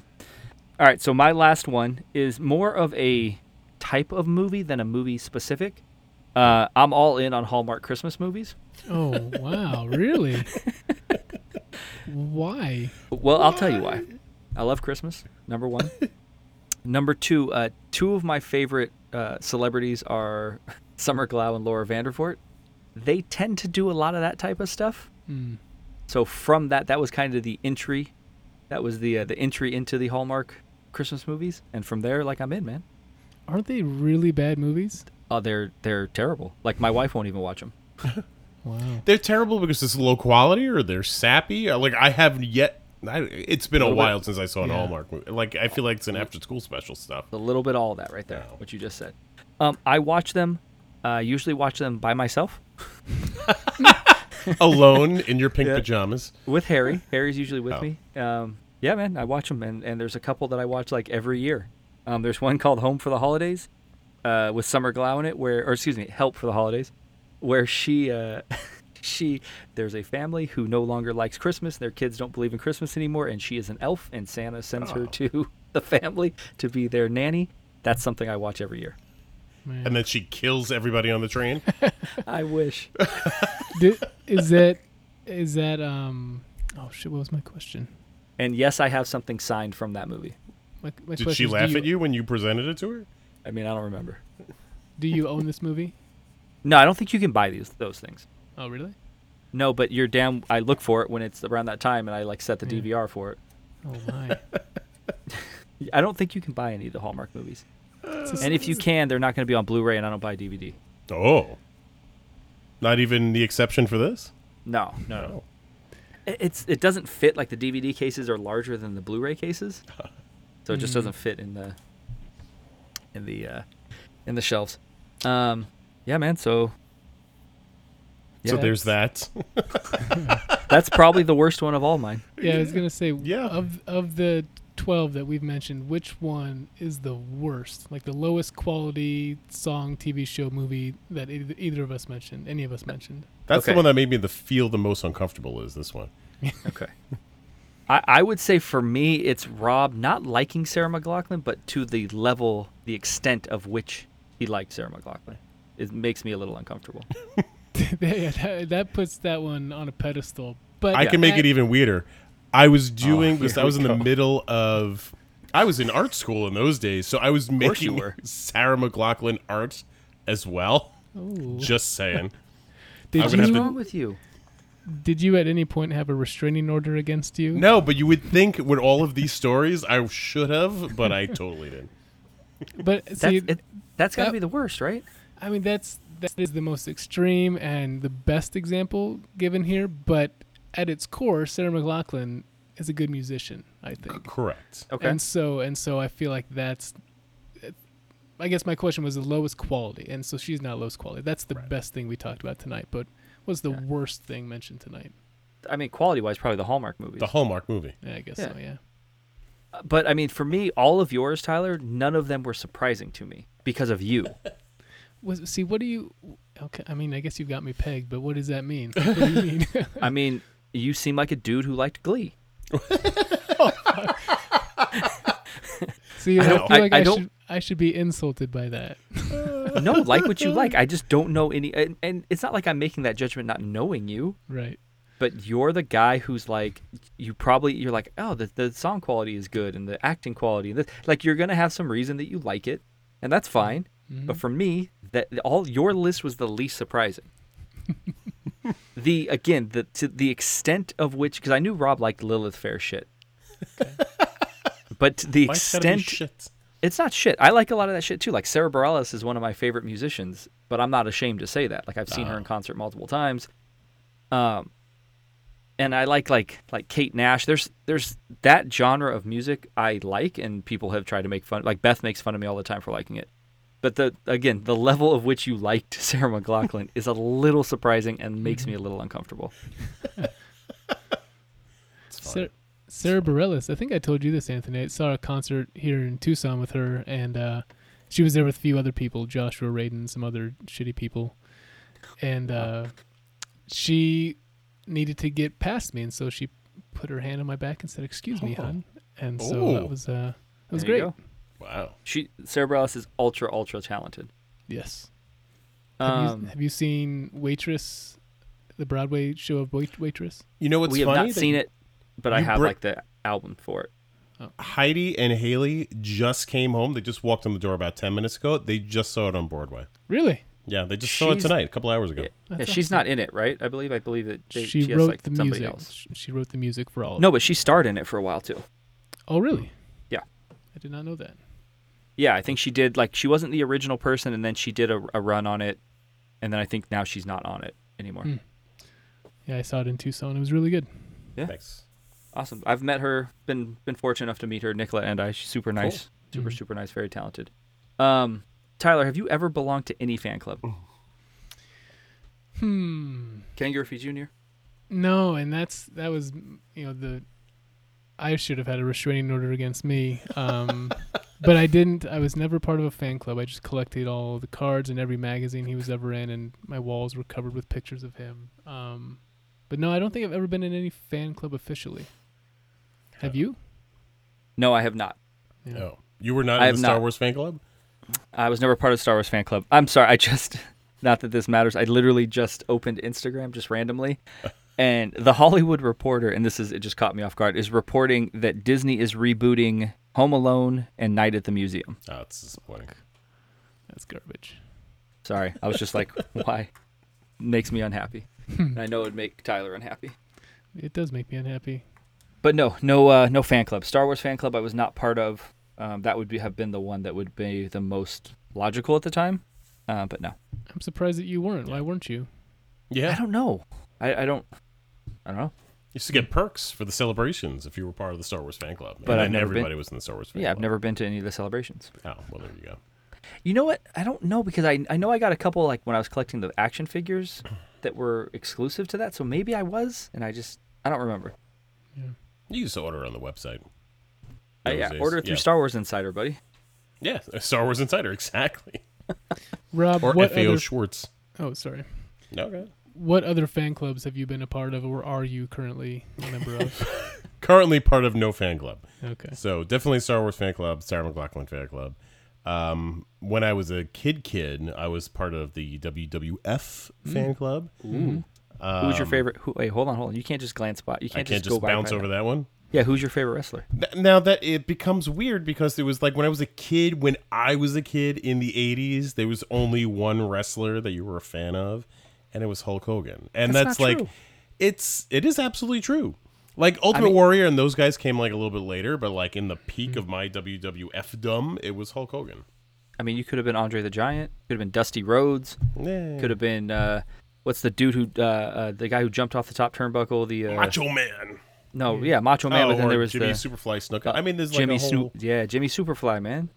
all right so my last one is more of a type of movie than a movie specific uh, i'm all in on hallmark christmas movies
Oh wow, really? Why?
Well, I'll tell you why. I love Christmas. Number one. number two. Uh, two of my favorite uh, celebrities are Summer Glau and Laura Vandervoort. They tend to do a lot of that type of stuff.
Hmm.
So from that, that was kind of the entry. That was the uh, the entry into the Hallmark Christmas movies, and from there, like I'm in, man.
Aren't they really bad movies?
Oh, they're they're terrible. Like my wife won't even watch them.
Wow.
they're terrible because it's low quality or they're sappy. Or, Like I haven't yet. I, it's been a,
Little bit-
while since I saw an
Yeah.
Hallmark movie. Like I feel like it's an after-school special stuff.
A little bit all of that right there,
Wow.
what you just said. Um, I watch them. Uh, usually watch them by myself.
Alone in your pink
Yeah.
pajamas.
with Harry. Harry's usually with
Oh.
me. Um, yeah, man, I watch them, and, and there's a couple that I watch like every year. Um, there's one called Home for the Holidays, uh, with Summer Glau in it, where or excuse me, Help for the Holidays, where she uh, she there's a family who no longer likes Christmas. Their kids don't believe in Christmas anymore, and she is an elf, and Santa sends her
Oh.
to the family to be their nanny. That's something I watch every year.
Man.
And then she kills everybody on the train.
I wish.
Do, is that is that um oh shit what was my question
and yes, I have something signed from that movie.
my, my
Did
question
she
is, do
laugh at you when you presented it to her?
I mean, I don't remember.
Do you own this movie?
No, I don't think you can buy these those things.
Oh, really?
No, but you're damn. I look for it when it's around that time, and I like set the
Yeah.
DVR for it.
Oh my!
I don't think you can buy any of the Hallmark movies,
It's a-
and if you can, they're not going to be on Blu-ray, and I don't buy DVD.
Oh. Not even the exception for this?
No, no, no.
Oh.
It- It's it doesn't fit. Like the DVD cases are larger than the Blu-ray cases, so it just
Mm.
doesn't fit in the in the uh, in the shelves. Um, yeah, man. So
so
Yeah,
there's that.
that's probably the worst one of all mine.
yeah, I was gonna say
Yeah.
of of the twelve that we've mentioned, which one is the worst? Like the lowest quality song, TV show, movie that either, either of us mentioned, any of us mentioned.
That's
Okay.
the one that made me the feel the most uncomfortable is this one.
Okay. I, I would say for me, it's Rob not liking Sarah McLaughlin, but to the level, the extent of which he liked Sarah McLaughlin. It makes me a little uncomfortable.
yeah, that, that puts that one on a pedestal. But
I can make
that-
it even weirder. I was doing
Oh,
this.
here
I was
we
in the
go.
middle of. I was in art school in those days, so I was
course you
making
were.
Sarah McLaughlin art as well.
Ooh.
Just saying. I
Did
What's
would have
you
to-
wrong with you?
did you at any point have a restraining order against you?
no, but you would think with all of these stories, I should have, but I totally didn't.
But
That's,
see,
it, that's got to
that-
be the worst, right?
I mean, that's that is the most extreme and the best example given here. But at its core, Sarah McLaughlin is a good musician, I think.
Correct.
Okay.
And so and so, I feel like that's. I guess my question was the lowest quality, and so she's not lowest quality. That's the
Right.
best thing we talked about tonight. But what's the
Yeah.
worst thing mentioned tonight?
I mean, quality wise, probably the Hallmark movies.
The Hallmark movie.
Yeah, I guess
Yeah.
so. Yeah.
Uh, but I mean, for me, all of yours, Tyler, none of them were surprising to me because of you.
Was, see, what do you? Okay, I mean, I guess you've got me pegged, but what does that mean? What do you mean?
I mean, you seem like a dude who liked Glee.
see, I,
don't-
feel
I-
like
I
I,
don't-
should I should be insulted by that.
No, like what you like. I just don't know any. And, and it's not like I'm making that judgment not knowing you.
Right.
but you're the guy who's like you probably you're like oh the, the song quality is good and the acting quality and this, like you're gonna have some reason that you like it and that's
Mm-hmm.
fine but for me that all your list was the least surprising the again the to the extent of which because i knew rob liked lilith fair shit but to the
Why it's gotta be
extent
shit?
it's not shit. I like a lot of that shit too. Like Sarah Bareilles is one of my favorite musicians, but I'm not ashamed to say that. Like I've seen her in concert multiple times. Um and I like like like Kate Nash. There's there's that genre of music I like and people have tried to make fun like Beth makes fun of me all the time for liking it. But the again, the level of which you liked Sarah McLaughlin is a little surprising and makes me a little uncomfortable.
It's fine.
Sarah, Sarah Bareilles, I think I told you this, Anthony. I saw a concert here in Tucson with her, and uh, she was there with a few other people, Joshua Radin, some other shitty people, and uh, she needed to get past me, and so she put her hand on my back and said, "Excuse me,
Oh.
hon," and so
Ooh.
that was uh, that was
There you
great.
go.
wow.
She Sarah Bareilles is ultra ultra talented.
Yes. Have,
Um,
you, have you seen Waitress, the Broadway show of Wait- Waitress?
You know what's
we have
funny?
not
That
seen it, but I
you
have
bri-
like the album for it.
Heidi and Haley just came home. They just walked in the door about 10 minutes ago. They just saw it on Broadway.
Really?
Yeah, they just saw it
She's-
tonight, a couple hours ago.
Yeah, yeah,
That's
she's not in it, right? I believe. I believe that they,
she,
she has,
wrote
like,
the
somebody
music.
else.
Sh- She wrote the music for all. of
No, but she starred in it for a while too.
Oh, really?
Yeah.
I did not know that.
Yeah, I think she did. Like, she wasn't the original person, and then she did a, a run on it, and then I think now she's not on it anymore.
Hmm. Yeah, I saw it in Tucson. It was really good.
Yeah.
Thanks.
Awesome. I've met her. Been been fortunate enough to meet her, Nicola and I. She's super nice, super
Mhm.
super nice, very talented. Um, Tyler, have you ever belonged to any fan club?
Hmm.
Ken Griffey Jr.
No, and that's that was you know the I should have had a restraining order against me, um, but I didn't. I was never part of a fan club. I just collected all the cards and every magazine he was ever in, and my walls were covered with pictures of him. Um, but no, I don't think I've ever been in any fan club officially. Have you?
No, I have not.
Yeah.
No. Oh. You were not
I
in
have
the Star
not.
Wars fan club?
I was never part of Star Wars fan club. I'm sorry. I just, not that this matters. I literally just opened Instagram just randomly, and the Hollywood Reporter, and this is it just caught me off guard, is reporting that Disney is rebooting Home Alone and Night at the Museum.
Oh, it's Ah, disappointing.
That's garbage.
Sorry, I was just like, why? Makes me unhappy. and I know it would make Tyler unhappy.
It does make me unhappy.
But no, no, uh, no fan club. Star Wars fan club. I was not part of. Um, that would be, have been the one that would be the most logical at the time. Uh, but no,
I'm surprised that you weren't. Why weren't you?
I
Yeah.
don't know. I, I don't. I don't know.
You used to get perks for the celebrations if you were part of the Star Wars fan club.
But
and
I've
then
never been-
everybody was in the Star Wars fan
Yeah, I've
club.
never been to any of the celebrations.
Oh, well, there you go.
You know what? I don't know because I I know I got a couple like when I was collecting the action figures that were exclusive to that. So maybe I was, and I just I don't remember.
You used to order on the website.
Uh,
Those
yeah,
days,
order through
yeah.
Star Wars Insider, buddy.
Yeah, Star Wars Insider, exactly.
Rob,
Or
what
FAO
other?
Schwartz.
Oh, sorry.
Okay.
What other fan clubs have you been a part of, or are you currently a member of?
Currently part of No Fan Club.
Okay.
So definitely Star Wars fan club, Sarah McLaughlin fan club. Um, when I was a kid, kid, I was part of the WWF
Mm.
fan club.
Ooh. who's your favorite? Who, wait, hold on, hold on. You can't just glance by.
Um,
You
I
can't
can't
just, go
just
by
bounce
by
over
that.
that one.
Yeah, who's your favorite wrestler?
Th- Now that it becomes weird because it was like when I was a kid, when I was a kid in the '80s, there was only one wrestler that you were a fan of, and it was Hulk Hogan. And
That's
that's,
not
like,
true.
it's it is absolutely true. Like Ultimate Warrior and those guys came like a little bit later, but like in the peak of my WWF dumb, it was Hulk Hogan.
I mean, you could have been Andre the Giant. Could have been Dusty Rhodes.
Yeah.
Could have been uh, what's the dude who uh, uh, the guy who jumped off the top turnbuckle? The uh,
Macho Man. Oh,
no, yeah, Macho Oh, Man. but
or
then there was
Jimmy
the Uh,
Superfly Snuka. I mean, there's like
Jimmy
a whole,
Snoop. Yeah, Jimmy Superfly, man.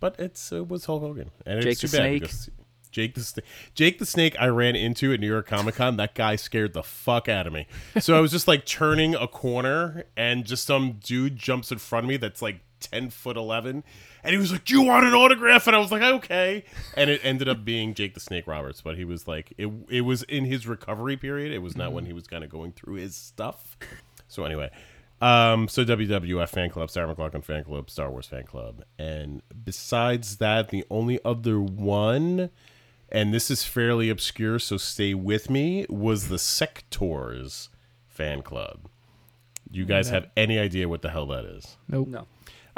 but it's it was Hulk Hogan and
Jake
it's too
the
bad
Snake.
because Jake the Snake. Jake the Snake. I ran into at New York Comic Con. That guy scared the fuck out of me. So I was just like turning a corner and just some dude jumps in front of me that's like ten foot eleven, and he was like, "Do you want an autograph?" And I was like, "Okay." And it ended up being Jake the Snake Roberts, but he was like, it it was in his recovery period. It was not when he was kind of going through his stuff. So anyway, um, so WWF fan club, Sarah McLaughlin fan club, Star Wars fan club, and besides that, the only other one, and this is fairly obscure, so stay with me, was the Sectors fan club. Do You guys have any idea what the hell that is?
Nope.
No.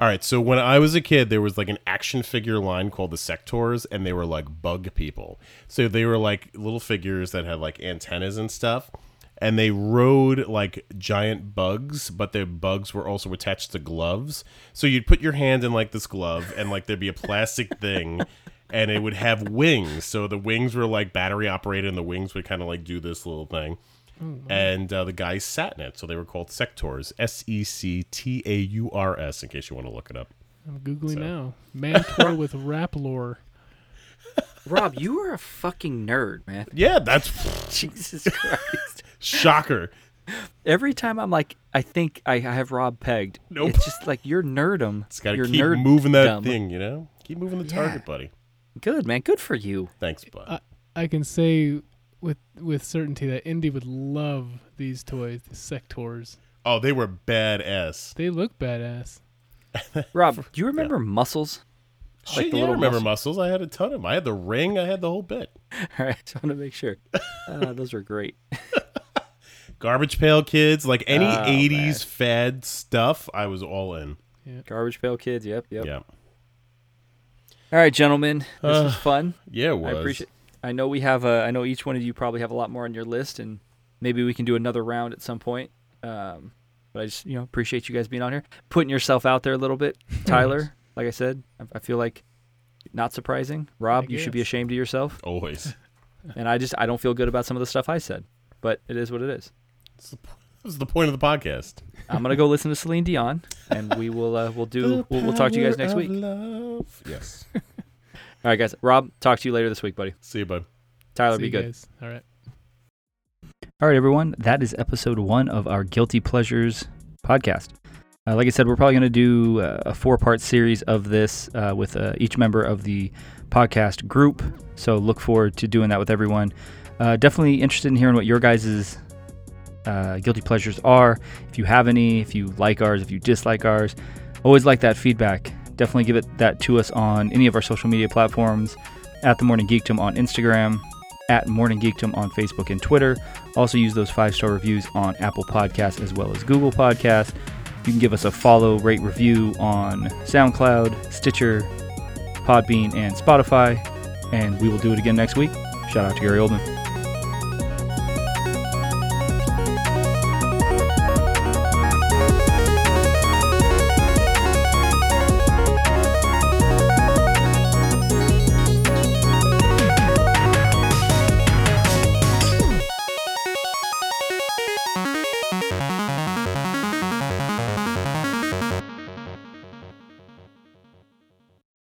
All right, so when I was a kid, there was like an action figure line called the Sectors, and they were like bug people. So they were like little figures that had like antennas and stuff, and they rode like giant bugs, but their bugs were also attached to gloves. So you'd put your hand in like this glove, and like there'd be a plastic thing, and it would have wings. So the wings were like battery operated, and the wings would kind of like do this little thing
Mm-hmm.
and uh, the guys sat in it, so they were called sectors. S E C T A U R S. In case you want to look it up.
I'm googling
So.
now. Mantor with rap lore.
Rob, you are a fucking nerd, man.
Yeah, that's
Jesus Christ.
shocker.
Every time I'm like, I think I I have Rob pegged.
Nope.
It's just like you're nerdum.
It's got to
You're
keep
nerd
moving that
dumb.
thing, you know. Keep moving the target, buddy.
Good man. Good for you.
Thanks, bud.
I, I can say with with certainty that Indy would love these toys, the sectors.
oh, they were badass.
They look badass.
Rob, do you remember muscles?
Shit,
the
yeah, I
little
remember muscles. I had a ton of them. I had the ring. I had the whole bit.
All right, just want to make sure. Uh, those were great.
Garbage pail kids, like any
Oh,
'80s fad stuff, I was all in.
Garbage pail kids. Yep, yep.
Yeah, Uh.
All right, gentlemen, this was fun.
yeah, it was.
I appreciate. I know we have. uh, I know each one of you probably have a lot more on your list, and maybe we can do another round at some point. Um, but I just you know appreciate you guys being on here, putting yourself out there a little bit, Tyler. like I said, I, I feel like not surprising. Rob, you should be
guess.
ashamed of yourself,
Always.
and I just I don't feel good about some of the stuff I said, but it is what it is.
That's the p- that's the point of the podcast.
I'm gonna go listen to Celine Dion, and we will uh, we'll do we'll, we'll talk to you guys next week. All
Yes.
right, guys. Rob, talk to you later this week, buddy.
See you, bud.
Tyler,
See
be
you
good.
guys. All right.
All right, everyone. That is episode one of our Guilty Pleasures podcast. Uh, like I said, we're probably going to do uh, a four part series of this uh, with uh, each member of the podcast group. So look forward to doing that with everyone. Uh, definitely interested in hearing what your guys' uh, guilty pleasures are. If you have any, if you like ours, if you dislike ours, always like that feedback. Definitely give it that to us on any of our social media platforms at The Morning Geekdom on Instagram, at Morning Geekdom on Facebook and Twitter. Also use those five star reviews on Apple Podcasts as well as Google Podcasts. You can give us a follow, rate, review on SoundCloud, Stitcher, Podbean, and Spotify. and we will do it again next week. Shout out to Gary Oldman.